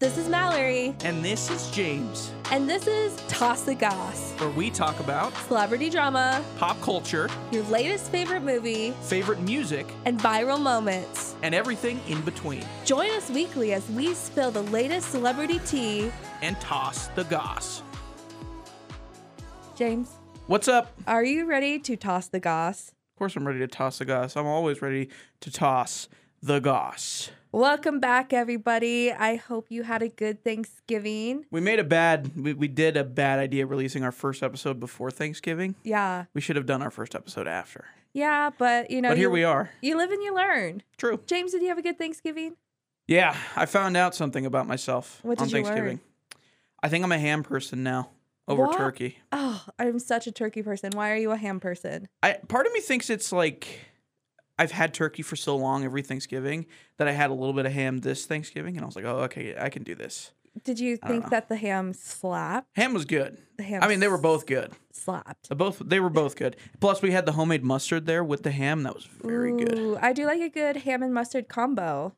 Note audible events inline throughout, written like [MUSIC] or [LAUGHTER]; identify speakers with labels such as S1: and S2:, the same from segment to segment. S1: This is Mallory,
S2: And this is James,
S1: and this is Toss the Goss
S2: where we talk about
S1: celebrity drama,
S2: pop culture,
S1: your latest favorite movie,
S2: favorite music,
S1: and viral moments.
S2: and everything in between.
S1: Join us weekly as we spill the latest celebrity tea.
S2: And toss the goss.
S1: James,
S2: What's up? Of
S1: are you ready to toss the goss?
S2: course, I'm ready to toss the goss. I'm always ready to toss the goss.
S1: Welcome back, everybody. I hope you had a good Thanksgiving.
S2: We made a bad, we, we did a bad idea releasing our first episode before Thanksgiving.
S1: Yeah,
S2: We should have done our first episode after.
S1: yeah, but you know,
S2: but here
S1: you,
S2: we are.
S1: You live and you learn.
S2: True.
S1: James, did you have a good Thanksgiving?
S2: Yeah, I found out something about myself
S1: What
S2: on
S1: did you learn?
S2: Thanksgiving. I think I'm a ham person now over
S1: What?
S2: turkey.
S1: Oh, I'm such a turkey person. Why are you a ham person?
S2: I part of me thinks it's like I've had turkey for so long every Thanksgiving that I had a little bit of ham this Thanksgiving, and I was like, oh, okay, I can do this.
S1: Did you
S2: I don't
S1: think
S2: know.
S1: that the ham slapped?
S2: Ham was good.
S1: The ham
S2: Uh. I mean, they were both good.
S1: slapped.
S2: They both they were both good. Plus, we had the homemade mustard there with the ham. That was very good.
S1: Ooh, I do like a good ham and mustard combo.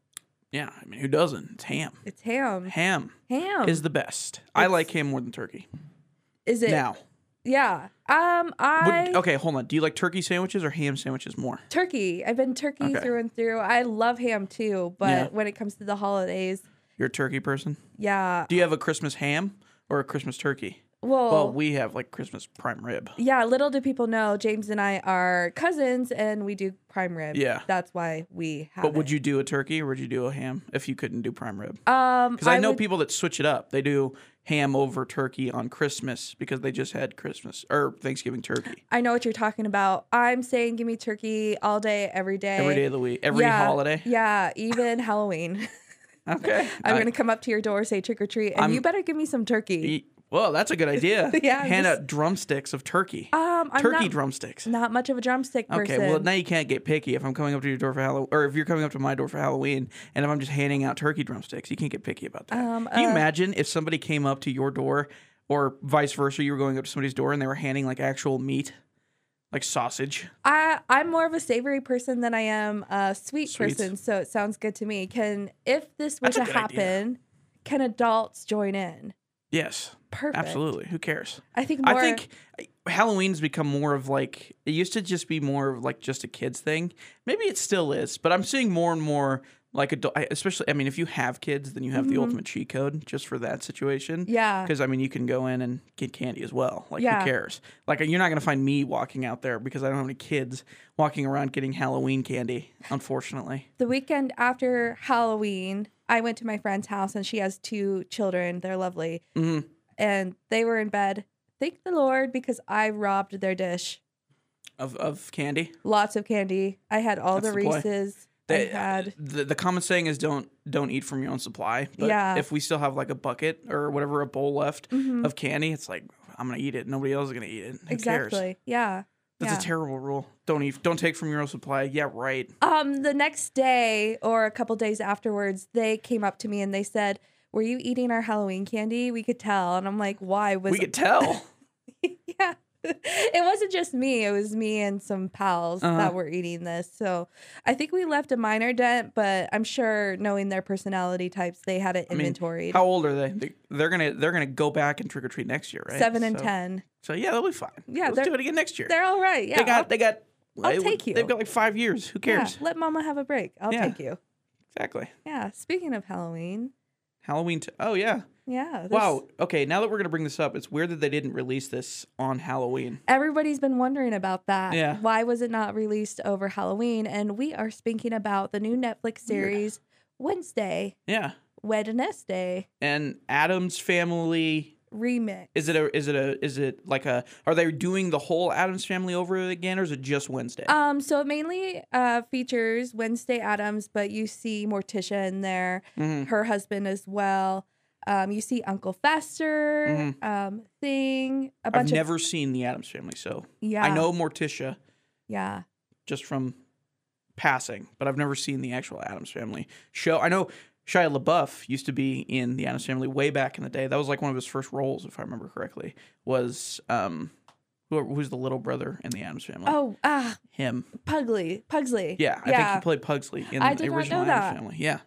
S2: Yeah, I mean, who doesn't? It's ham.
S1: It's ham.
S2: Ham
S1: Ham
S2: is the best.
S1: Um,
S2: I
S1: It's-
S2: like ham more than turkey.
S1: Is it?
S2: Now,
S1: Yeah. Um,
S2: Would-
S1: I
S2: okay, hold on. Do you like turkey sandwiches or ham sandwiches more?
S1: turkey. I've been turkey
S2: Okay.
S1: through and through. I love ham too, but
S2: Yeah.
S1: when it comes to the holidays,
S2: You're a turkey person.
S1: yeah.
S2: Do you have a Christmas ham or a Christmas turkey?
S1: Well,
S2: Well, we have like Christmas prime rib.
S1: yeah. Little do people know, James and I are cousins, and we do prime rib.
S2: Yeah.
S1: That's why we have.
S2: But would
S1: it.
S2: you do a turkey or would you do a ham if you couldn't do prime rib?
S1: Um,
S2: Because I, know
S1: would-
S2: people that switch it up. They do ham over turkey on Christmas because they just had Christmas or Thanksgiving turkey
S1: I know what you're talking about. I'm saying, give me turkey all day, every day,
S2: every day of the week, every
S1: Yeah, [LAUGHS]
S2: holiday.
S1: Yeah, even Halloween. [LAUGHS]
S2: Okay.
S1: I'm
S2: I-
S1: gonna come up to your door, say trick or treat, and
S2: I'm-
S1: you better give me some turkey.
S2: e- Well, that's a good idea.
S1: [LAUGHS] Yeah, I'm
S2: Hand
S1: just-
S2: out drumsticks of turkey.
S1: Um, I'm
S2: turkey
S1: not,
S2: drumsticks.
S1: not much of a drumstick person.
S2: Okay, well now you can't get picky if I'm coming up to your door for Halloween, or if you're coming up to my door for Halloween, and if I'm just handing out turkey drumsticks, you can't get picky about that.
S1: Um,
S2: Can you
S1: uh,
S2: imagine if somebody came up to your door, or vice versa, you were going up to somebody's door and they were handing like actual meat, like sausage?
S1: I I'm more of a savory person than I am a sweet
S2: Sweets.
S1: person, so it sounds good to me. Can if this were
S2: That's a
S1: to
S2: good idea.
S1: happen, can adults join in?
S2: Yes,
S1: Perfect.
S2: absolutely. Who cares?
S1: I think more.
S2: I think Halloween's become more of like it used to just be more of like just a kids thing. Maybe it still is, but I'm seeing more and more like adult. I- Especially, I mean, if you have kids, then you have
S1: Mm-hmm.
S2: the ultimate cheat code just for that situation.
S1: yeah.
S2: Because I mean, you can go in and get candy as well. Like,
S1: Yeah.
S2: who cares? Like, you're not gonna find me walking out there because I don't have any kids walking around getting Halloween candy. Unfortunately,
S1: The weekend after Halloween, I went to my friend's house, and she has two children. They're lovely,
S2: hmm
S1: and they were in bed. Thank the Lord because I robbed their dish.
S2: of of candy.
S1: Lots of candy. I had all
S2: That's
S1: the
S2: the play.
S1: Reese's.
S2: They- uh,
S1: I had.
S2: the, the common saying is don't don't eat from your own supply. But
S1: Yeah.
S2: if we still have like a bucket or whatever a bowl left
S1: Mhm.
S2: of candy, it's like I'm gonna eat it. Nobody else is gonna eat it. Who
S1: exactly.
S2: cares?
S1: Yeah.
S2: That's
S1: yeah.
S2: a terrible rule. Don't eat. Don't take from your own supply. Yeah, right.
S1: Um, the next day or a couple days afterwards, they came up to me and they said, "Were you eating our Halloween candy? We could tell." And I'm like, "Why was
S2: we could tell.
S1: [LAUGHS] yeah?" [LAUGHS] it wasn't just me; it was me and some pals
S2: Uh-huh.
S1: that were eating this. So I think we left a minor dent, but I'm sure knowing their personality types, they had it
S2: I mean,
S1: inventoried.
S2: How old are they? they? They're gonna they're gonna go back and trick or treat next year, right?
S1: Seven and
S2: So-
S1: ten,
S2: So yeah, they'll be fine.
S1: Yeah,
S2: let's
S1: they're-
S2: do it again next year.
S1: they're all right. Yeah,
S2: they got they got.
S1: I'll
S2: they-
S1: take you.
S2: They've got like five years. Who
S1: I'll- yeah,
S2: cares?
S1: let Mama have a break. I'll
S2: Yeah.
S1: take you.
S2: Exactly.
S1: Yeah. Speaking of Halloween,
S2: Halloween. T- oh yeah.
S1: yeah. there's-
S2: Wow. Okay. Now that we're gonna bring this up, it's weird that they didn't release this on Halloween.
S1: Everybody's been wondering about that.
S2: Yeah.
S1: Why was it not released over Halloween? And we are speaking about the new Netflix series Wednesday,
S2: Yeah.
S1: Wednesday
S2: And Adam's family.
S1: remix.
S2: Is it a? Is it a? Is it like a? Are they doing the whole Adams family over again, or is it just Wednesday?
S1: Um, so it mainly uh, features Wednesday Adams, but you see Morticia in there,
S2: Mhm.
S1: her husband as well. Um, you see Uncle Fester, um, Thing, a bunch
S2: Mm-hmm. I've
S1: of
S2: never seen the Adams family, so
S1: yeah,
S2: I know Morticia
S1: yeah,
S2: just from passing, but I've never seen the actual Adams Family show. I know Shia LaBeouf used to be in the Adams Family way back in the day. That was like one of his first roles, if I remember correctly. Was um, who, who's the little brother in the Adams Family?
S1: oh ah,
S2: Him.
S1: Pugly, Pugsley,
S2: Yeah, I think he played Pugsley in
S1: I
S2: the
S1: did not
S2: original
S1: know
S2: Adams
S1: that.
S2: Family. Yeah.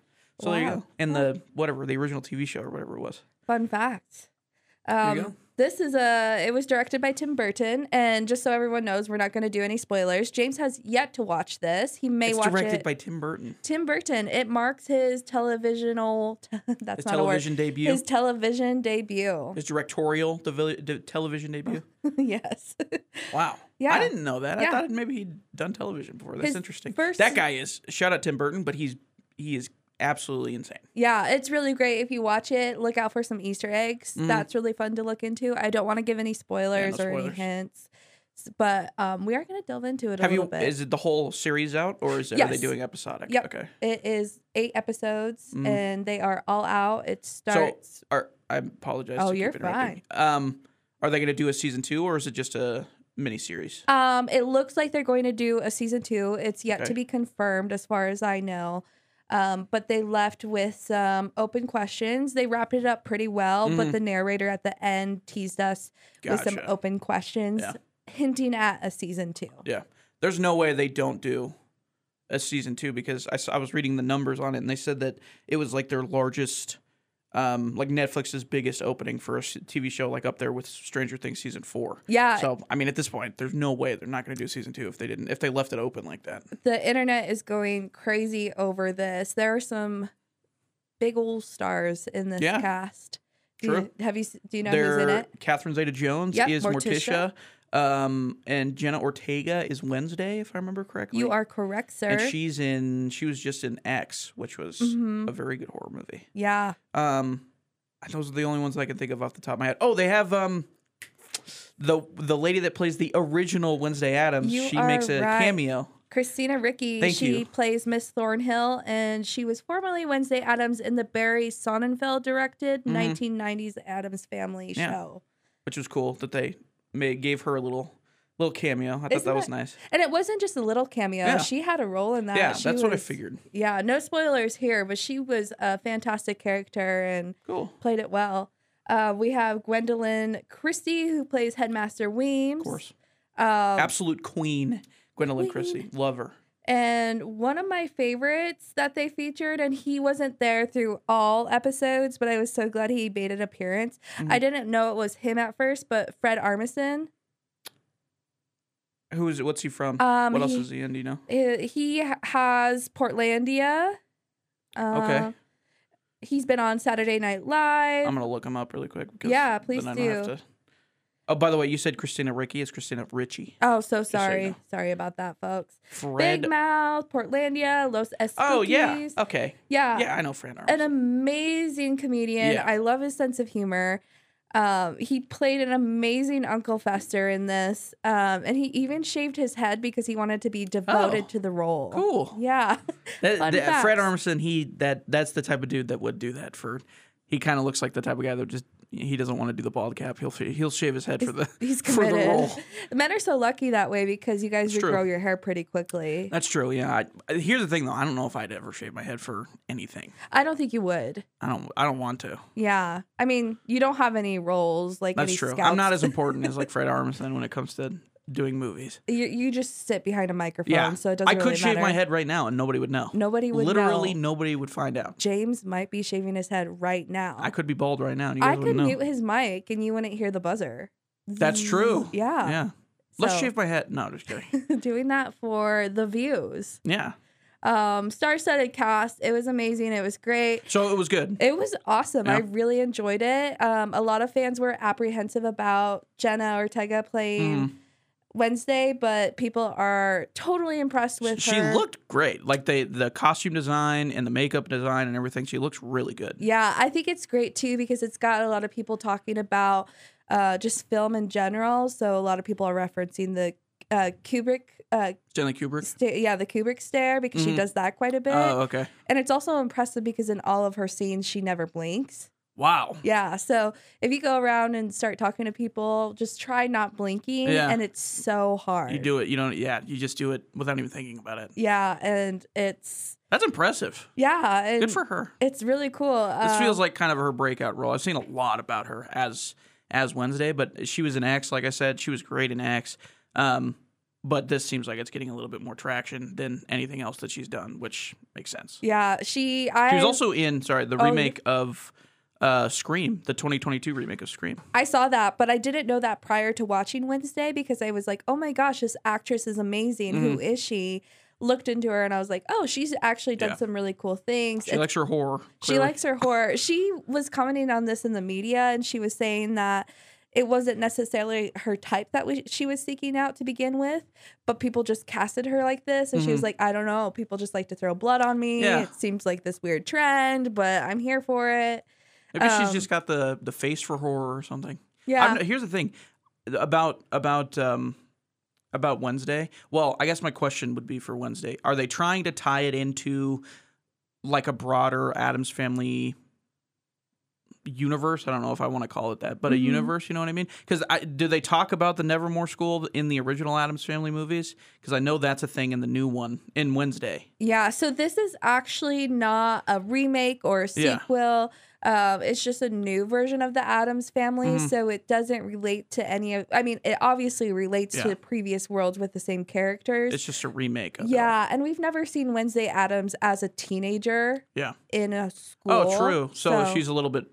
S2: So there you
S1: Wow.
S2: go. And the whatever the original TV show or whatever it was.
S1: Fun fact.
S2: you go.
S1: Um, this is a. It was directed by Tim Burton, and just so everyone knows, we're not going to do any spoilers. James has yet to watch this. He may
S2: it's
S1: watch
S2: directed
S1: it.
S2: by Tim Burton.
S1: Tim Burton. It marks his televisional. [LAUGHS] that's
S2: His
S1: not
S2: television
S1: a
S2: debut.
S1: word. His
S2: His,
S1: television debut.
S2: directorial devi- de- television debut.
S1: [LAUGHS] yes.
S2: Wow.
S1: Yeah.
S2: I didn't know that. I
S1: Yeah.
S2: thought maybe he'd done television before. That's
S1: His
S2: interesting.
S1: first-
S2: That guy is shout out Tim Burton, but he's he is absolutely insane.
S1: yeah, it's really great if you watch it. Look out for some Easter eggs.
S2: Mhm.
S1: That's really fun to look into. I don't want to give any spoilers or any
S2: spoilers.
S1: hints, s- but um, we are going to delve into it a
S2: Have
S1: little
S2: you?
S1: bit.
S2: Is it the whole series out, or is it, are they
S1: Yes.
S2: doing episodic?
S1: Yep.
S2: Okay.
S1: It is eight episodes,
S2: Mm.
S1: and they are all out. It starts.
S2: Are, I apologize.
S1: Oh,
S2: to keep
S1: you're
S2: interrupting. Um, are they going to do a season two, or is it just a mini series?
S1: um, it looks like they're going to do a season two. It's yet
S2: Okay.
S1: to be confirmed, as far as I know. Um, but they left with some open questions. They wrapped it up pretty well,
S2: Mhm.
S1: but the narrator at the end teased us with some
S2: Gotcha.
S1: open questions,
S2: Yeah.
S1: hinting at a season two.
S2: Yeah. There's no way they don't do a season two because I, saw, I was reading the numbers on it and they said that it was like their largest, um, like Netflix's biggest opening for a s- TV show, like up there with Stranger Things season four.
S1: Yeah,
S2: So I mean, at this point, there's no way they're not going to do season two if they didn't if they left it open like that.
S1: the internet is going crazy over this. There are some big old stars in this
S2: Yeah.
S1: cast. Do
S2: True.
S1: You, have you? s- Do you know
S2: They're-
S1: who's in it?
S2: Catherine Zeta-Jones
S1: Yep,
S2: is Morticia,
S1: Morticia.
S2: um, and Jenna Ortega is Wednesday, if I remember correctly.
S1: You are correct, sir.
S2: and she's in. She was just in X, which was
S1: Mhm.
S2: a very good horror movie.
S1: Yeah.
S2: Um, those are the only ones I can think of off the top of my head. Oh, they have um, the the lady that plays the original Wednesday Adams.
S1: You
S2: she
S1: are
S2: makes a
S1: right.
S2: cameo.
S1: Christina Ricci,
S2: Thank
S1: she
S2: you.
S1: plays Miss Thornhill, and she was formerly Wednesday Adams in the Barry Sonnenfeld directed
S2: Mhm.
S1: 1990s Adams Family
S2: Yeah.
S1: show.
S2: which was cool that they made gave her a little little cameo. I thought
S1: Isn't
S2: that was
S1: that-
S2: nice.
S1: And it wasn't just a little cameo,
S2: Yeah.
S1: she had a role in that.
S2: yeah,
S1: Uh, She
S2: that's what I
S1: was-
S2: figured.
S1: Yeah, no spoilers here, but she was a fantastic character and
S2: Cool.
S1: played it well. Uh, we have Gwendolyn Christie, who plays Headmaster Weems.
S2: Of course.
S1: Um,
S2: Absolute queen, Gwendolyn
S1: Queen.
S2: Christie. Love her.
S1: And one of my favorites that they featured, and he wasn't there through all episodes, but I was so glad he made an appearance.
S2: Mhm.
S1: I didn't know it was him at first, but Fred Armisen.
S2: Who is it? What's he from?
S1: Um,
S2: what else
S1: he-
S2: is he in? Do you know?
S1: he, he ha- has Portlandia. Uh,
S2: Okay.
S1: He's been on Saturday Night Live.
S2: I'm gonna look him up really quick. Because
S1: Yeah, please
S2: then I don't
S1: do.
S2: Have to... Oh, by the way, you said Christina Ricci is Christina Ricci.
S1: oh, so
S2: so you
S1: sorry.
S2: know.
S1: Sorry about that, folks.
S2: Fred.
S1: Big Mouth, Portlandia, Los Esquites.
S2: oh yeah. Okay.
S1: Yeah.
S2: yeah, I know Fred.
S1: an
S2: Armisen.
S1: amazing comedian.
S2: Yeah.
S1: I love his sense of humor. Um, he played an amazing Uncle Fester in this, um, and he even shaved his head because he wanted to be devoted
S2: Oh,
S1: to the role.
S2: cool.
S1: Yeah. [LAUGHS]
S2: That,
S1: Fun
S2: that- Fred
S1: facts.
S2: Armisen, he that that's the type of dude that would do that for. He kind of looks like the type of guy that just he doesn't want to do the bald cap. He'll he'll shave his head for the
S1: He's
S2: [LAUGHS] for the
S1: committed.
S2: role.
S1: Men are so lucky that way because you guys
S2: It's true.
S1: grow your hair pretty quickly.
S2: That's true. Yeah. I, I- here's the thing though. I don't know if I'd ever shave my head for anything.
S1: I don't think you would.
S2: I don't. I don't want to.
S1: Yeah. I mean, you don't have any roles like
S2: That's
S1: any
S2: true.
S1: scouts.
S2: I'm
S1: [LAUGHS]
S2: not as important as like Fred Armisen when it comes to doing movies.
S1: you, you just sit behind a microphone,
S2: Yeah.
S1: so it doesn't.
S2: I could
S1: really
S2: shave my
S1: matter.
S2: head right now and nobody would know.
S1: Nobody would
S2: Literally,
S1: know.
S2: nobody would find out.
S1: James might be shaving his head right now.
S2: I could be bald right now. And you guys
S1: I could
S2: wouldn't know.
S1: mute his mic and you wouldn't hear the buzzer.
S2: That's true.
S1: Zzz. Yeah.
S2: Yeah. Let's
S1: So,
S2: shave my head. No, just kidding.
S1: [LAUGHS] doing that for the views.
S2: yeah.
S1: Um, star-studded cast. It was amazing. It was great.
S2: So it was good.
S1: It was awesome. I
S2: Yeah.
S1: really enjoyed it. Um, a lot of fans were apprehensive about Jenna Ortega playing
S2: Mhm.
S1: Wednesday, but people are totally impressed with
S2: she
S1: her.
S2: looked great like they the costume design and the makeup design and everything she looks really good
S1: Yeah, I think it's great too because it's got a lot of people talking about uh, just film in general. So a lot of people are referencing the uh, Kubrick, uh,
S2: stanley kubrick
S1: sta- yeah, the Kubrick stare because
S2: Mhm.
S1: she does that quite a bit.
S2: oh okay
S1: And it's also impressive because in all of her scenes, she never blinks.
S2: wow
S1: Yeah, so if you go around and start talking to people, just try not blinking,
S2: Yeah.
S1: and it's so hard.
S2: you do it you don't yeah you just do it without even thinking about it
S1: Yeah, and it's
S2: that's impressive
S1: yeah, and uh,
S2: good for her
S1: it's really cool. Um,
S2: this feels like kind of her breakout role i've seen a lot about her as as wednesday but she was in x like i said she was great in x um but this seems like it's getting a little bit more traction than anything else that she's done, which makes sense.
S1: Yeah, she. I
S2: She was also in sorry the
S1: Oh, yeah.
S2: remake of uh, Scream, the 2022 remake of Scream.
S1: I saw that, but I didn't know that prior to watching Wednesday because I was like, oh my gosh, this actress is amazing. Who
S2: Mm-hmm.
S1: is she? Looked into her and I was like, oh, she's actually done
S2: Yeah.
S1: some really cool things.
S2: She
S1: It's-
S2: likes her horror.
S1: she likes her horror. She was commenting on this in the media and she was saying that it wasn't necessarily her type that we, she was seeking out to begin with, but people just casted her like this. And she was like, I don't know. People just like to throw blood on me.
S2: Mm-hmm. Yeah.
S1: It seems like this weird trend, but I'm here for it.
S2: Maybe she's
S1: um,
S2: just got the the face for horror or something.
S1: Yeah.
S2: I'm, here's the thing about about um about Wednesday. Well, I guess my question would be for Wednesday. Are they trying to tie it into like a broader Adams family universe? I don't know if I want to call it that, but a
S1: Mhm.
S2: universe, you know what I mean? Cuz do they talk about the Nevermore school in the original Adams family movies? Cuz I know that's a thing in the new one in Wednesday.
S1: Yeah, so this is actually not a remake or a
S2: Yeah.
S1: sequel. Um, it's just a new version of the Adams family,
S2: Mhm.
S1: so it doesn't relate to any of. I mean, it obviously relates
S2: Yeah.
S1: to previous worlds with the same characters.
S2: It's just a remake of it.
S1: yeah, and we've never seen Wednesday Adams as a teenager.
S2: Yeah.
S1: in a school.
S2: Oh, true. So, she's a little bit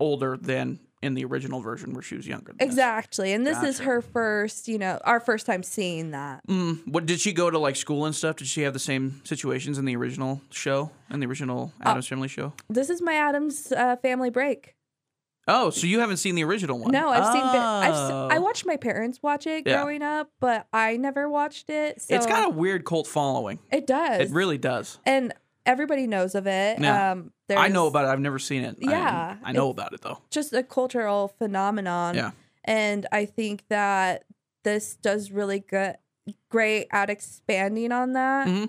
S2: older than in the original version where she was younger. than this.
S1: exactly, and this is
S2: Gotcha.
S1: her first. You know, our first time seeing that.
S2: Mm, what did she go to like school and stuff? Did she have the same situations in the original show in the original
S1: Uh,
S2: Adams Family show?
S1: This is my Adams uh, family break.
S2: Oh, so you haven't seen the original one?
S1: No, I've seen. Bit, I've, s-
S2: Oh.
S1: I watched my parents watch it
S2: Yeah.
S1: growing up, but I never watched it. So
S2: it's got a weird cult following.
S1: It does.
S2: It really does.
S1: and everybody knows of it.
S2: Yeah.
S1: Um,
S2: I know
S1: there's
S2: about it. I've never seen it. I-
S1: Yeah,
S2: I,
S1: it's-
S2: know about it though.
S1: Just a cultural phenomenon.
S2: Yeah.
S1: And I think that this does really good, great at expanding on that.
S2: Mhm.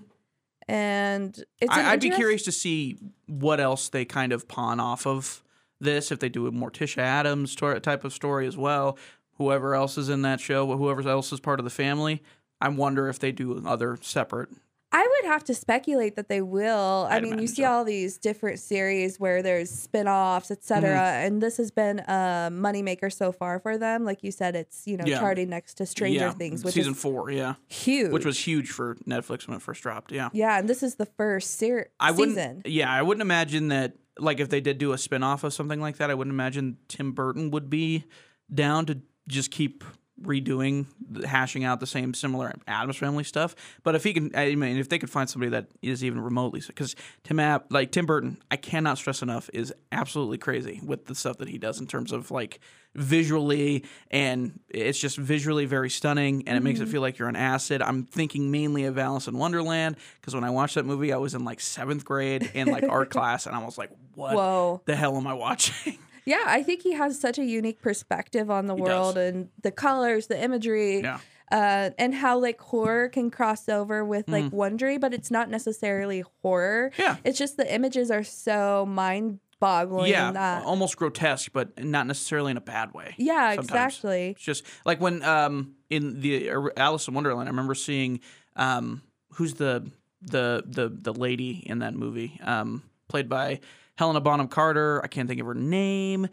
S1: And it's. an
S2: I, I'd be
S1: interest-
S2: curious to see what else they kind of pawn off of this. If they do a Morticia Adams tor- type of story as well, whoever else is in that show, whoever else is part of the family. I wonder if they do other separate.
S1: I would have to speculate that they will. I
S2: I'd
S1: mean, you
S2: imagine
S1: see
S2: so.
S1: all these different series where there's spin-offs, et cetera,
S2: Mm-hmm.
S1: and this has been a moneymaker so far for them. Like you said, it's, you know,
S2: Yeah.
S1: charting next to Stranger
S2: Yeah,
S1: Things, which
S2: season
S1: is
S2: four, yeah.
S1: huge.
S2: which was huge for Netflix when it first dropped. Yeah,
S1: Yeah, and this is the first ser-
S2: I wouldn't.
S1: season.
S2: Yeah, I wouldn't imagine that. Like if they did do a spinoff of something like that, I wouldn't imagine Tim Burton would be down to just keep redoing, hashing out the same similar Adams Family stuff. But if he can, I mean, if they could find somebody that is even remotely, because Tim App, like Tim Burton, I cannot stress enough, is absolutely crazy with the stuff that he does in terms of like visually, and it's just visually very stunning, and it makes it feel like you're on acid. I'm thinking mainly of Alice in Wonderland because when I watched that movie, I was in like seventh grade in like art class, and I was like, what?
S1: Whoa.
S2: The hell am I watching? [LAUGHS]
S1: Yeah, I think he has such a unique perspective on the
S2: does.
S1: world and the colors, the imagery,
S2: Yeah.
S1: uh, and how like horror can cross over with like wondery, but it's not necessarily horror.
S2: Mm-hmm. Yeah.
S1: It's just the images are so mind boggling
S2: yeah,
S1: that.
S2: almost grotesque, but not necessarily in a bad way.
S1: Yeah,
S2: sometimes.
S1: exactly.
S2: It's just like when um in the or- Alice in Wonderland, I remember seeing um who's the the the the lady in that movie um played by Helena Bonham Carter. I can't think of her name,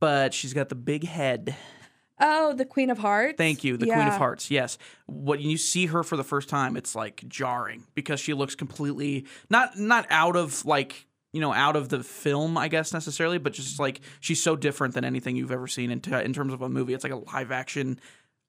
S2: but she's got the big head.
S1: Oh, the Queen of Hearts.
S2: Thank you, the Queen of
S1: Yeah.
S2: Hearts. Yes, when you see her for the first time, it's like jarring because she looks completely not not out of like you know out of the film, I guess necessarily, but just like she's so different than anything you've ever seen in t- in terms of a movie. It's like a live action,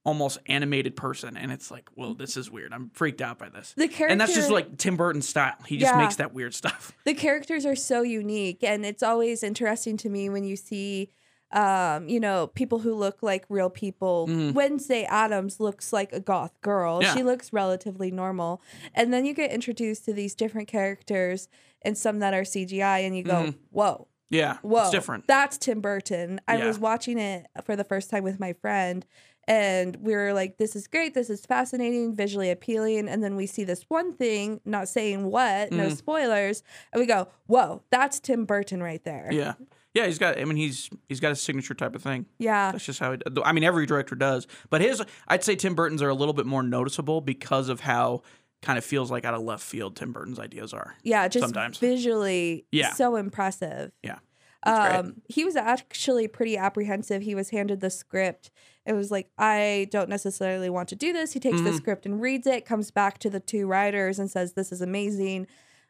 S2: almost animated person, and it's like, well, this is weird. I'm freaked out by this.
S1: The character
S2: And that's just like Tim Burton's style. He just
S1: Yeah.
S2: makes that weird stuff. [LAUGHS]
S1: the characters are so unique and it's always interesting to me when you see um, you know, people who look like real people. Wednesday Adams looks like a goth girl.
S2: Yeah.
S1: She looks relatively normal. And then you get introduced to these different characters and some that are CGI and you go, "Whoa,
S2: Yeah,
S1: whoa.
S2: it's different.
S1: That's Tim Burton. I
S2: Yeah.
S1: was watching it for the first time with my friend, and we were like, this is great. This is fascinating, visually appealing. And then we see this one thing, not saying what, no
S2: Mm.
S1: spoilers. And we go, whoa, that's Tim Burton right there.
S2: yeah, yeah. He's got. I mean, he's he's got a signature type of thing.
S1: Yeah.
S2: That's just how it. I mean, every director does, but his. I'd say Tim Burton's are a little bit more noticeable because of how kind of feels like out of left field Tim Burton's ideas are.
S1: Yeah, just
S2: Sometimes.
S1: visually
S2: Yeah.
S1: so impressive.
S2: Yeah. That's
S1: Um, he was actually pretty apprehensive. He was handed the script. It was like, I don't necessarily want to do this. He takes the
S2: Mhm.
S1: script and reads it, comes back to the two writers and says, This is amazing.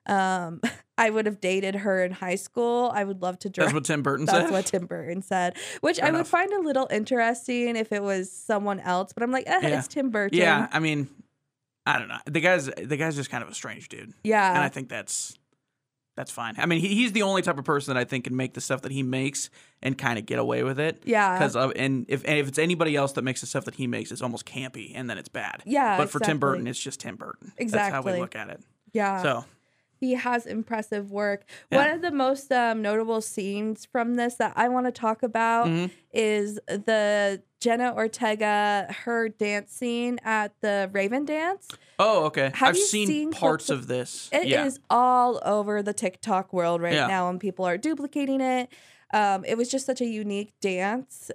S1: Um, [LAUGHS] I would have dated her in high school. I would love to direct. [LAUGHS]
S2: That's what Tim Burton
S1: That's
S2: said.
S1: what Tim Burton said, which
S2: Fair
S1: I would
S2: enough.
S1: find a little interesting if it was someone else. But I'm like, eh,
S2: Yeah.
S1: it's Tim Burton.
S2: yeah, I mean, I don't know. The guy's the guy's just kind of a strange dude,
S1: yeah,
S2: and I think that's that's fine. I mean, he, he's the only type of person that I think can make the stuff that he makes and kind of get away with it.
S1: yeah.
S2: Because and if and if it's anybody else that makes the stuff that he makes, it's almost campy, and then it's bad.
S1: Yeah,
S2: But for Tim
S1: exactly.
S2: Burton, it's just Tim Burton. That's how
S1: Exactly. Uh,
S2: we look at it.
S1: yeah.
S2: So
S1: he has impressive work.
S2: Yeah.
S1: One of the most um, notable scenes from this that I want to talk about
S2: Mhm.
S1: is the Jenna Ortega her dance scene at the Raven dance.
S2: oh, okay.
S1: Have
S2: I've
S1: you
S2: seen,
S1: seen
S2: parts
S1: clips of-
S2: of this.
S1: It is
S2: yeah.
S1: all over the TikTok world right
S2: Yeah.
S1: now, and people are duplicating it. Um, it was just such a unique dance.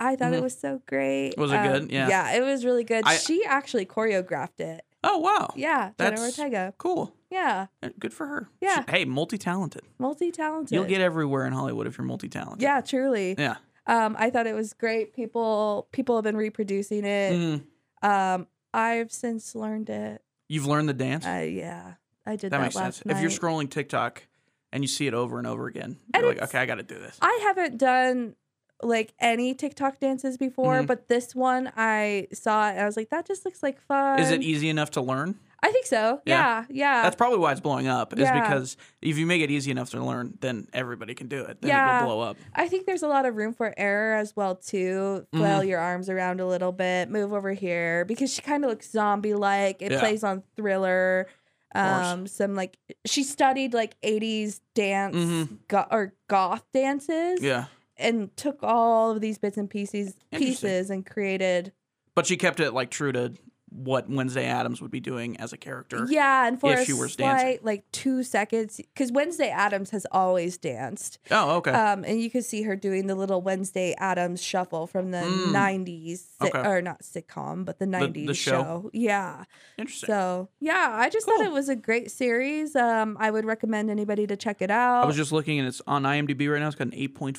S1: I thought it
S2: Mhm.
S1: was so great.
S2: Was it
S1: Um,
S2: good? Yeah.
S1: Yeah, it was really good.
S2: I-
S1: she actually choreographed it.
S2: Oh wow.
S1: Yeah, Jenna
S2: That's-
S1: Ortega.
S2: Cool.
S1: Yeah,
S2: Uh, Good for her.
S1: Yeah.
S2: She- hey, multi-talented.
S1: multi talented.
S2: You'll get everywhere in Hollywood if you're multi-talented.
S1: Yeah, truly.
S2: Yeah.
S1: Um, I thought it was great. People people have been reproducing it.
S2: Mhm.
S1: Um, I've since learned it.
S2: You've learned the dance.
S1: Uh, yeah, I did
S2: that,
S1: that,
S2: makes
S1: last
S2: sense.
S1: night.
S2: If you're scrolling TikTok and you see it over and over again,
S1: And
S2: you're like,
S1: it's-
S2: okay, I got to do this.
S1: I haven't done like any TikTok dances before,
S2: Mhm.
S1: but this one I saw it and I was like, that just looks like fun.
S2: Is it easy enough to learn?
S1: I think so.
S2: Yeah.
S1: Yeah, yeah.
S2: That's probably why it's blowing up. Is
S1: Yeah.
S2: because if you make it easy enough to learn, then everybody can do it. Then it
S1: Yeah.
S2: will blow up.
S1: I think there's a lot of room for error as well too. Flail
S2: Mm-hmm.
S1: your arms around a little bit, move over here because she kind of looks zombie like. It
S2: Yeah.
S1: plays on thriller,
S2: course.
S1: um, some like she studied like 80s dance
S2: Mhm.
S1: go- or goth dances,
S2: Yeah.
S1: and took all of these bits and pieces
S2: Interesting.
S1: pieces and created.
S2: But she kept it like true to what Wednesday Adams would be doing as a character.
S1: Yeah, and for
S2: If
S1: a
S2: she were
S1: slight
S2: dancing.
S1: like two seconds, because Wednesday Adams has always danced.
S2: Oh, okay.
S1: Um, and you could see her doing the little Wednesday Adams shuffle from the
S2: Mm.
S1: '90s, sit-
S2: Okay.
S1: or not sitcom, but the '90s
S2: show.
S1: show. Yeah.
S2: Interesting.
S1: So yeah, I just
S2: Cool.
S1: thought it was a great series. Um, I would recommend anybody to check it out.
S2: I was just looking and it's on IMDb right now. It's got an 8.5,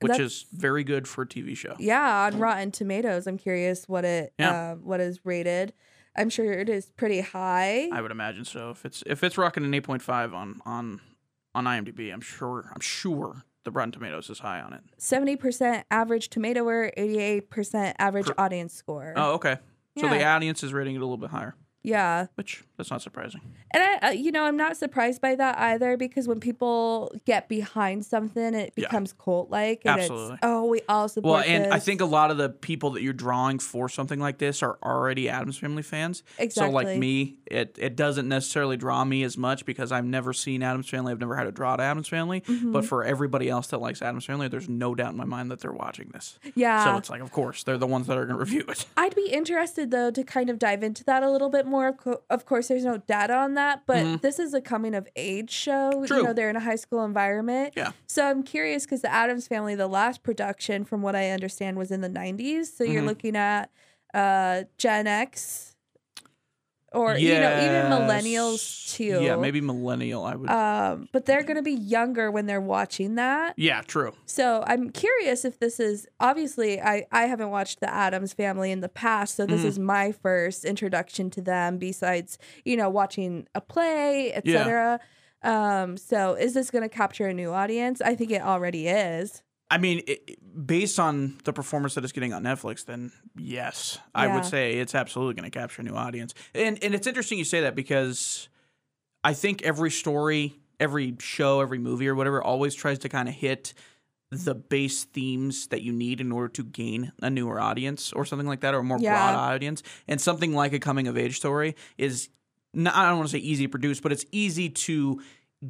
S2: which
S1: Oh.
S2: is
S1: That's-
S2: very good for a TV show.
S1: yeah, on Rotten Tomatoes, I'm curious what it
S2: Yeah.
S1: uh, what is rated. I'm sure it is pretty high.
S2: I would imagine so. If it's if it's rocking an 8.5 on on on IMDb, I'm sure I'm sure the Rotten Tomatoes is high on it.
S1: Seventy percent average tomatoer, eighty-eight percent average
S2: Per-
S1: audience score.
S2: Oh, okay. So the
S1: Yeah.
S2: audience is rating it a little bit higher,
S1: yeah.
S2: which that's not surprising.
S1: And I, uh, you know, I'm not surprised by that either because when people get behind something, it
S2: Yeah.
S1: becomes cult like. And
S2: Absolutely.
S1: it's, oh, we all support
S2: Well, and I
S1: this."
S2: think a lot of the people that you're drawing for something like this are already Adams Family fans. So like
S1: Exactly.
S2: me, it it doesn't necessarily draw me as much because I've never seen Adams Family. I've never had a draw to Adams Family.
S1: Mm-hmm.
S2: But for everybody else that likes Adams Family, there's no doubt in my mind that they're watching this. So
S1: Yeah.
S2: it's like, of course, they're the ones that are going to [LAUGHS] review it.
S1: I'd be interested though to kind of dive into that a little bit more. Of, co- of course, there's no data on that, but this is a coming of age show.
S2: Mm-hmm. True.
S1: You know, they're in a high school environment.
S2: Yeah.
S1: So I'm curious because the Adams Family, the last production, from what I understand, was in the 90s. So you're
S2: Mhm.
S1: looking at uh, Gen X, or you know, even millennials
S2: Yes.
S1: too.
S2: Yeah, maybe millennial. I would.
S1: Um, but they're going to be younger when they're watching that.
S2: yeah, true.
S1: So I'm curious if this is obviously I I haven't watched the Adams Family in the past, so this
S2: Mhm.
S1: is my first introduction to them besides, you know, watching a play,
S2: Yeah.
S1: etc. Um so is this going to capture a new audience? I think it already is.
S2: I mean, it, it- based on the performance that it's getting on Netflix, then yes, I
S1: Yeah.
S2: would say it's absolutely going to capture a new audience. And and it's interesting you say that because I think every story, every show, every movie or whatever always tries to kind of hit the base themes that you need in order to gain a newer audience or something like that or a more
S1: Yeah.
S2: broad audience. And something like a coming of age story is not, I don't want to say easy to produce, but it's easy to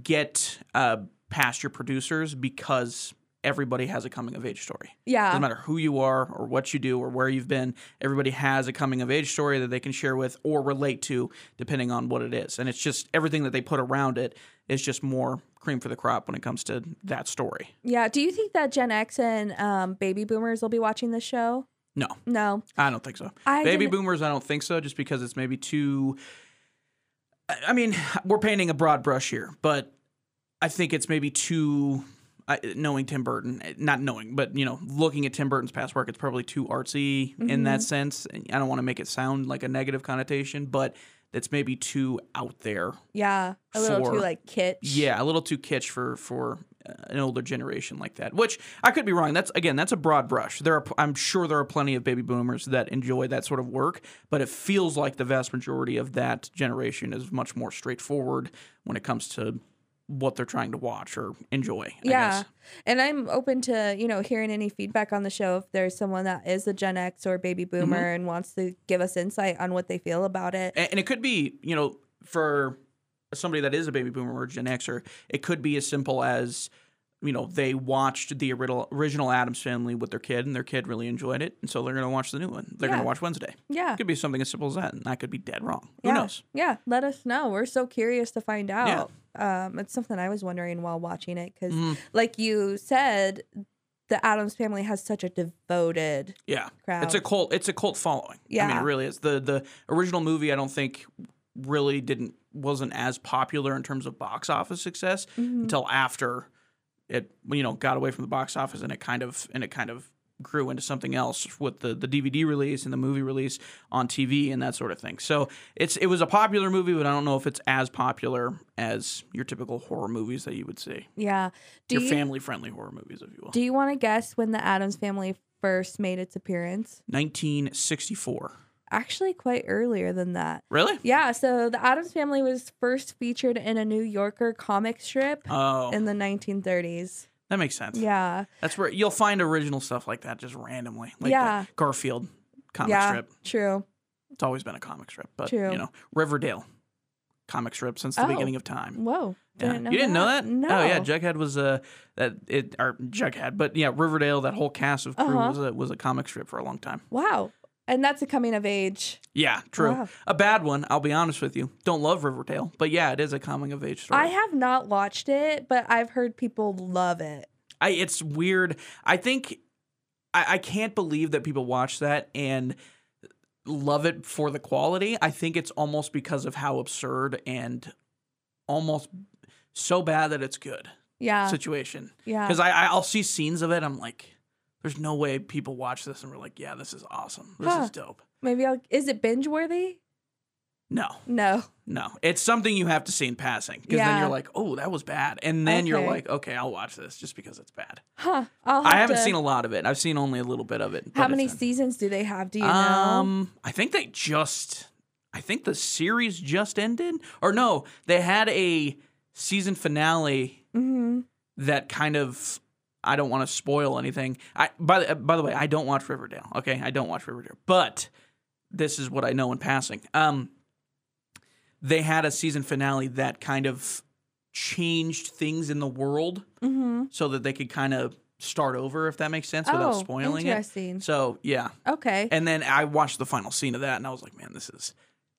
S2: get uh, past your producers because everybody has a coming of age story. Doesn't
S1: Yeah.
S2: matter who you are or what you do or where you've been, everybody has a coming of age story that they can share with or relate to, depending on what it is. And it's just everything that they put around it is just more cream for the crop when it comes to that story.
S1: Yeah, do you think that Gen X and um, baby boomers will be watching this show?
S2: No,
S1: No.
S2: I don't think so.
S1: I
S2: Baby
S1: didn't-
S2: boomers, I don't think so, just because it's maybe too. I I mean, we're painting a broad brush here, but I think it's maybe too I, knowing Tim Burton, eh, not knowing, but you know, looking at Tim Burton's past work, it's probably too artsy in
S1: Mm-hmm.
S2: that sense. And I don't want to make it sound like a negative connotation, but it's maybe too out there.
S1: Yeah, a little
S2: For-
S1: too like kitsch.
S2: Yeah, a little too kitsch for for uh, an older generation like that. Which I could be wrong. That's again, that's a broad brush. There are, I'm sure there are plenty of baby boomers that enjoy that sort of work, but it feels like the vast majority of that generation is much more straightforward when it comes to what they're trying to watch or enjoy. I
S1: Yeah.
S2: guess.
S1: And I'm open to, you know, hearing any feedback on the show if there's someone that is a Gen X or baby
S2: Mm-hmm.
S1: boomer and wants to give us insight on what they feel about it.
S2: A- And it could be, you know, for somebody that is a baby boomer or Gen Xer, it could be as simple as, you know, they watched the original, original Adams Family with their kid, and their kid really enjoyed it, and so they're going to watch the new one. They're going
S1: Yeah.
S2: to watch Wednesday.
S1: Yeah.
S2: It could be something as simple as that, and I could be dead wrong.
S1: Yeah.
S2: Who knows?
S1: Yeah, let us know. We're so curious to find out. Um, it's something I was wondering while watching it because,
S2: Mhm.
S1: like you said, the Adams family has such a devoted
S2: Yeah,
S1: crowd.
S2: it's a cult. It's a cult following. I mean,
S1: Yeah.
S2: it really is. the The original movie, I don't think, really didn't wasn't as popular in terms of box office success
S1: Mhm.
S2: until after it you know got away from the box office and it kind of and it kind of grew into something else with the the DVD release and the movie release on TV and that sort of thing. So it's it was a popular movie, but I don't know if it's as popular as your typical horror movies that you would see.
S1: yeah. Do
S2: your
S1: you
S2: family friendly horror movies, if you will.
S1: do you want to guess when the Adams family first made its appearance?
S2: 1964.
S1: Actually, quite earlier than that.
S2: Really?
S1: Yeah. So the Adams family was first featured in a New Yorker comic strip
S2: Oh,
S1: in the 1930s.
S2: that makes sense.
S1: Yeah.
S2: That's where you'll find original stuff like that just randomly. Like
S1: Yeah.
S2: the Garfield comic
S1: yeah.
S2: strip.
S1: True.
S2: It's always been a comic strip, but
S1: True.
S2: you know, Riverdale comic strip since the
S1: Oh.
S2: beginning of time.
S1: Whoa.
S2: Yeah. you didn't know that?
S1: No.
S2: Oh yeah, Jughead was uh, that it or Jughead, but yeah, Riverdale. That whole cast of crew
S1: Uh-huh.
S2: was a was a comic strip for a long time.
S1: Wow. And that's a coming of age.
S2: Yeah, true.
S1: Wow.
S2: A bad one. I'll be honest with you. Don't love Riverdale, but yeah, it is a coming of age story.
S1: I have not watched it, but I've heard people love it.
S2: I it's weird. I think I, I can't believe that people watch that and love it for the quality. I think it's almost because of how absurd and almost so bad that it's good
S1: Yeah.
S2: situation.
S1: yeah.
S2: Because I I- I'll see scenes of it. I'm like, there's no way people watch this and we're like, yeah, this is awesome. This
S1: Huh.
S2: is dope.
S1: Maybe I'll. Is it binge worthy?
S2: No,
S1: No. [LAUGHS]
S2: no, it's something you have to see in passing because then
S1: Yeah.
S2: you're like, oh, that was bad, and then you're
S1: Okay.
S2: like, okay, I'll watch this just because it's bad.
S1: Huh. I'll have
S2: I haven't
S1: to-
S2: seen a lot of it. I've seen only a little bit of it. but
S1: How
S2: it's
S1: many
S2: been-
S1: seasons do they have? Do you know?
S2: Um, I think they just. I think the series just ended, or no, they had a season finale
S1: Mhm.
S2: that kind of. I don't want to spoil anything. I by the, by the way, I don't watch Riverdale. Okay, I don't watch Riverdale, but this is what I know in passing. Um, they had a season finale that kind of changed things in the world
S1: Mhm.
S2: so that they could kind of start over, if that makes sense, without
S1: oh,
S2: spoiling it.
S1: interesting.
S2: So yeah,
S1: Okay.
S2: and then I watched the final scene of that, and I was like, man, this is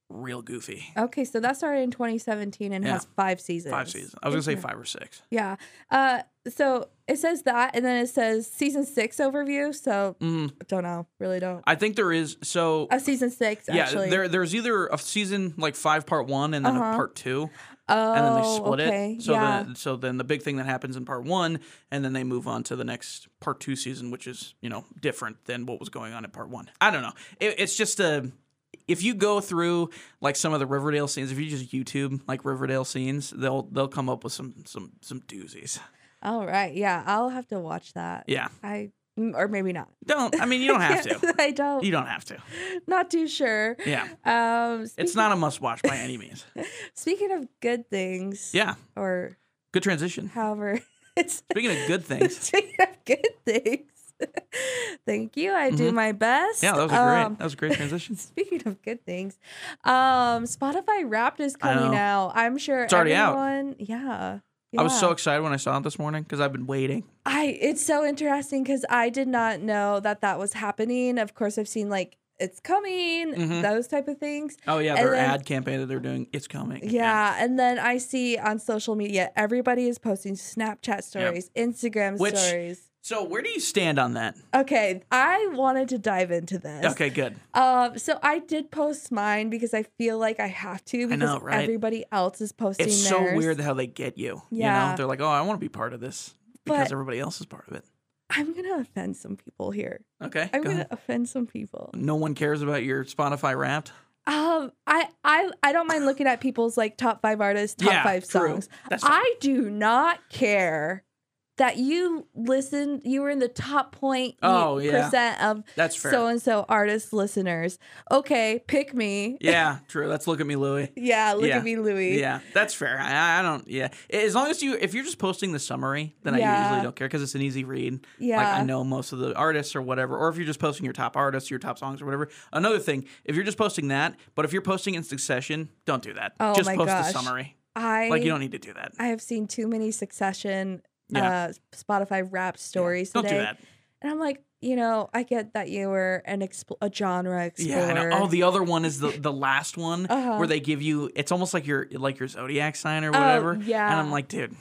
S2: real goofy.
S1: okay. So that started in 2017 and
S2: Yeah.
S1: has five seasons.
S2: Five seasons. I was gonna say
S1: Mm-hmm.
S2: five or six.
S1: Yeah. Uh. So it says that, and then it says season six overview. So
S2: Mm,
S1: don't know. Really don't.
S2: I think there is so.
S1: Uh, season six.
S2: yeah,
S1: Actually.
S2: there there's either a season like five part one and then
S1: Uh-huh.
S2: a part two,
S1: Oh.
S2: and then they split
S1: okay.
S2: it. So
S1: yeah.
S2: the, so then the big thing that happens in part one, and then they move on to the next part two season, which is you know different than what was going on in part one. I don't know. It, it's just a if you go through like some of the Riverdale scenes, if you just YouTube like Riverdale scenes, they'll they'll come up with some some some doozies.
S1: All right. Yeah, I'll have to watch that.
S2: Yeah.
S1: I mm, or maybe not.
S2: Don't. I mean, you don't
S1: [LAUGHS]
S2: have to.
S1: I don't.
S2: You don't have to.
S1: Not too sure.
S2: Yeah.
S1: Um,
S2: It's
S1: speak-
S2: not a must watch by any means.
S1: Speaking of good things.
S2: Yeah.
S1: Or
S2: Good transition.
S1: however, [LAUGHS] it's
S2: Speaking of
S1: [LAUGHS]
S2: good things.
S1: speaking of good things. [LAUGHS] Thank you. I do my best.
S2: Mm-hmm. Yeah, that was a great.
S1: Um, [LAUGHS]
S2: that was a great transition.
S1: Speaking of good things, um, Spotify Wrapped is
S2: I
S1: coming
S2: know.
S1: out. I'm sure
S2: It's already out.
S1: everyone. Yeah,
S2: I was
S1: yeah.
S2: so excited when I saw it this morning because I've been waiting.
S1: I it's so interesting because I did not know that that was happening. Of course, I've seen like it's coming,
S2: Mhm.
S1: those type of things.
S2: Oh yeah,
S1: And
S2: their
S1: then-
S2: ad campaign that they're doing. It's coming.
S1: Yeah. and then I see on social media everybody is posting Snapchat stories, Instagram
S2: Which-
S1: stories.
S2: So where do you stand on that?
S1: Okay, I wanted to dive into this.
S2: Okay, good.
S1: Um, so I did post mine because I feel like I have to because
S2: know, right?
S1: everybody else is posting
S2: It's so
S1: theirs.
S2: weird how they get you. You
S1: Yeah.
S2: know, they're like, oh, I want to be part of this. because
S1: But-
S2: everybody else is part of it.
S1: I'm gonna offend some people here.
S2: Okay.
S1: I'm
S2: go
S1: gonna
S2: ahead.
S1: offend some people.
S2: No one cares about your Spotify Wrapped.
S1: Um, I I I don't mind looking at people's like top five artists, top
S2: Yeah,
S1: five
S2: true.
S1: songs.
S2: That's
S1: I do not care that you listened. You were in the top point
S2: Oh, yeah.
S1: percent of
S2: that's fair.
S1: so and so artist listeners. Okay, pick me.
S2: yeah, true. Let's look at me, Louie.
S1: Yeah, look
S2: Yeah.
S1: at me, Louis.
S2: Yeah, that's fair. I, I don't. Yeah, as long as you, if you're just posting the summary, then I
S1: Yeah.
S2: usually don't care because it's an easy read.
S1: yeah.
S2: Like I know most of the artists or whatever, or if you're just posting your top artists, your top songs or whatever. Another thing, if you're just posting that, but if you're posting in succession, don't do that.
S1: Oh
S2: just
S1: my
S2: post
S1: gosh.
S2: the summary.
S1: I
S2: Like you don't need to do that.
S1: I have seen too many Succession
S2: Yeah,
S1: uh, Spotify rap stories
S2: don't
S1: today,
S2: do that.
S1: and I'm like, you know, I get that you were an expl- a genre explorer.
S2: Yeah, I know. Oh, the other one is the the last one
S1: Uh-huh.
S2: where they give you. It's almost like your like your zodiac sign or
S1: Oh,
S2: whatever.
S1: yeah,
S2: And I'm like, dude,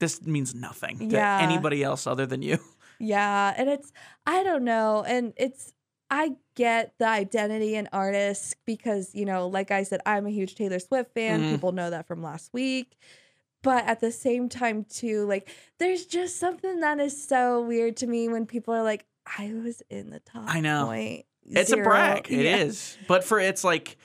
S2: this means nothing to
S1: Yeah.
S2: anybody else other than you.
S1: Yeah, and it's I don't know, and it's I get the identity and artists because you know, like I said, I'm a huge Taylor Swift fan.
S2: Mhm.
S1: People know that from last week. But at the same time, too, like there's just something that is so weird to me when people are like, "I was in the top."
S2: I know.
S1: point
S2: It's a
S1: zero."
S2: brag. It is.
S1: Yeah.
S2: But for it's like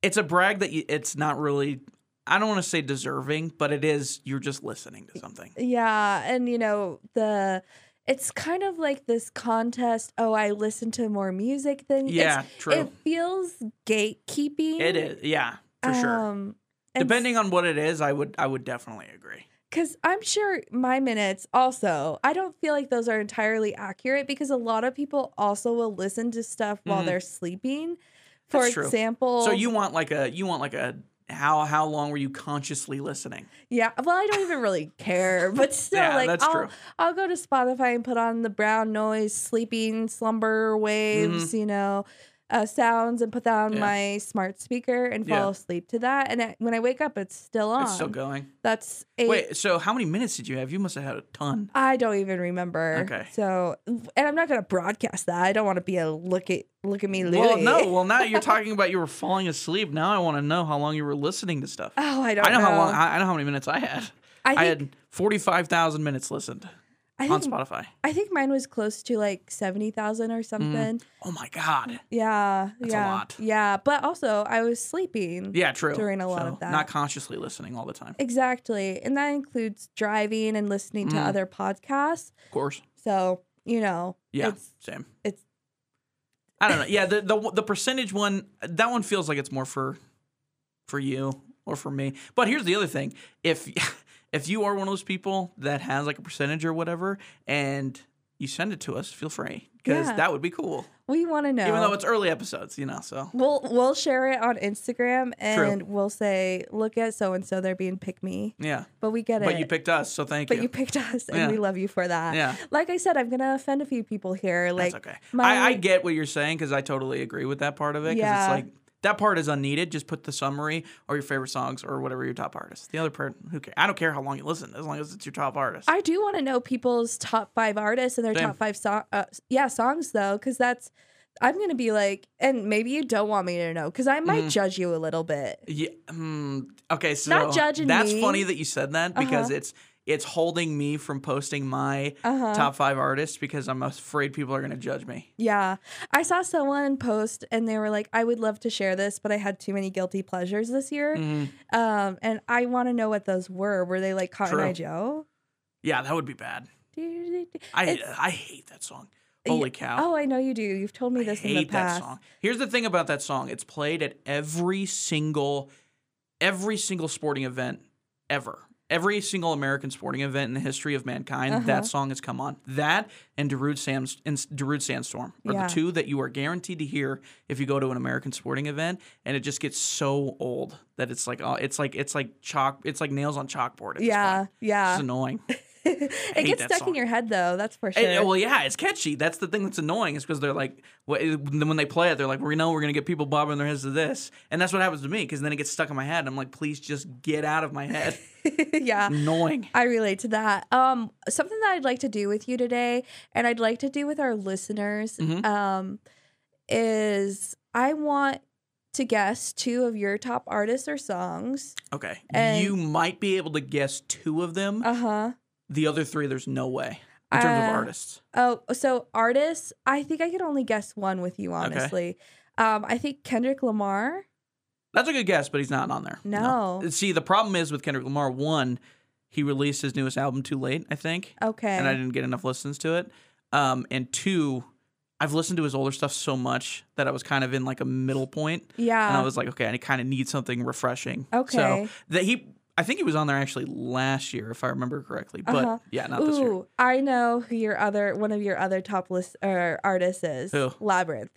S2: it's a brag that you, it's not really I don't want to say deserving, but it is you're just listening to something.
S1: Yeah, and you know the. It's kind of like this contest. Oh, I listen to more music than
S2: Yeah, true.
S1: It's, it feels gatekeeping.
S2: it is. Yeah, for sure.
S1: Um,
S2: Depending on what it is, I would I would definitely agree.
S1: because I'm sure my minutes also. I don't feel like those are entirely accurate because a lot of people also will listen to stuff while
S2: Mhm.
S1: they're sleeping. For
S2: That's true.
S1: example,
S2: So you want like a you want like a how how long were you consciously listening?
S1: yeah. Well, I don't even really care,
S2: [LAUGHS]
S1: but still,
S2: yeah,
S1: like
S2: that's
S1: I'll
S2: true.
S1: I'll go to Spotify and put on the brown noise, sleeping, slumber waves, you know, uh, sounds, and put that on
S2: Mm-hmm. Yeah.
S1: my smart speaker and
S2: Yeah.
S1: fall asleep to that. And I, when I wake up, it's still on.
S2: It's still going.
S1: That's eight
S2: Wait, so how many minutes did you have? You must have had a ton.
S1: I don't even remember.
S2: Okay.
S1: So, and I'm not gonna broadcast that. I don't want to be a look at look at me, Louie.
S2: Well, no. Well, now you're talking about you were falling asleep. Now I want to know how long you were listening to stuff.
S1: [LAUGHS] Oh, I don't
S2: I know,
S1: know.
S2: how long. I I know how many minutes I had.
S1: I think,
S2: I
S1: I,
S2: had forty-five thousand minutes listened on
S1: think
S2: Spotify.
S1: I think mine was close to like seventy thousand or something.
S2: Oh my god.
S1: Yeah,
S2: That's a
S1: yeah,
S2: lot.
S1: yeah. But also, I was sleeping.
S2: Yeah, true.
S1: During a lot
S2: So,
S1: of that.
S2: not consciously listening all the time.
S1: Exactly, and that includes driving and listening to
S2: Mm.
S1: other podcasts.
S2: Of course.
S1: So you know,
S2: Yeah,
S1: it's-
S2: same.
S1: it's-
S2: I don't know. Yeah, the the the percentage one. That one feels like it's more for, for you or for me. But here's the other thing: if [LAUGHS] if you are one of those people that has like a percentage or whatever, and you send it to us, feel free because
S1: Yeah.
S2: that would be cool.
S1: we want to know.
S2: Even though it's early episodes, you know. So
S1: We'll we'll share it on Instagram and we'll say, look at so and so, they're being pick me.
S2: yeah,
S1: But we get
S2: but
S1: it.
S2: you picked us, so thank
S1: but
S2: you.
S1: you picked us and
S2: Yeah.
S1: we love you for that
S2: yeah,
S1: like i said i'm gonna offend a few people here like
S2: that's okay.
S1: my-
S2: I, I get what you're saying because I totally agree with that part of it. Because
S1: Yeah.
S2: it's like that part is unneeded. Just put the summary or your favorite songs or whatever your top artist. The other part, who cares? I don't care how long you listen as long as it's your top artist.
S1: i do want to know people's top five artists and their
S2: Same.
S1: top five song uh, yeah songs though because that's i'm gonna be like and maybe you don't want me to know because i might
S2: Mhm.
S1: judge you a little bit
S2: yeah. mm, okay. So
S1: Not judging
S2: That's
S1: me.
S2: funny that you said that because
S1: Uh-huh.
S2: it's it's holding me from posting my
S1: uh-huh
S2: top five artists because I'm afraid people are going to judge me.
S1: yeah i saw someone post and they were like i would love to share this but i had too many guilty pleasures this year
S2: Mhm.
S1: um and i want to know what those were were they like cotton
S2: True.
S1: eye joe
S2: Yeah, that would be bad. I
S1: It's-
S2: I hate that song.
S1: Yeah.
S2: Holy cow.
S1: oh i know you do you've told me this
S2: I
S1: in
S2: hate
S1: the past
S2: that song. Here's the thing about that song: it's played at every single, every single sporting event ever. Every single American sporting event in the history of mankind,
S1: Uh-huh.
S2: that song has come on. That and Darude, Sam's, and Darude Sandstorm are
S1: Yeah.
S2: the two that you are guaranteed to hear if you go to an American sporting event, and it just gets so old that it's like oh, it's like it's like chalk, it's like nails on chalkboard. At this
S1: Yeah,
S2: point. it's
S1: yeah.
S2: just annoying.
S1: it
S2: hate
S1: gets
S2: that
S1: stuck
S2: song.
S1: in your head though. That's for sure.
S2: And- well, yeah, it's catchy. That's the thing that's annoying is because they're like, wh- when they play it, they're like, we know we're gonna get people bobbing their heads to this, and that's what happens to me because then it gets stuck in my head. I'm like, please just get out of
S1: [LAUGHS]
S2: my head.
S1: yeah.
S2: Mm. annoying.
S1: I relate to that. Um, something that I'd like to do with you today, and I'd like to do with our listeners,
S2: Mhm.
S1: um, is I want to guess two of your top artists or songs.
S2: Okay,
S1: And-
S2: you might be able to guess two of them
S1: Uh huh.
S2: The other three, there's no way in terms
S1: Uh,
S2: of artists.
S1: Oh, so artists, I think I could only guess one with you, honestly. Um, I think Kendrick Lamar.
S2: That's a good guess, but he's not on there.
S1: No.
S2: See, the problem is with Kendrick Lamar, one, he released his newest album too late, I think,
S1: Okay.
S2: and I didn't get enough listens to it. Um, and two, I've listened to his older stuff so much that I was kind of in like a middle point, and
S1: yeah.
S2: I was like, okay, I kind of need something refreshing.
S1: Uh. okay.
S2: So that he, I think he was on there actually last year, if I remember correctly. But
S1: Uh-huh.
S2: yeah, not this year.
S1: Ooh, I know who your other one of your other top list or artists is.
S2: Who?
S1: Labyrinth.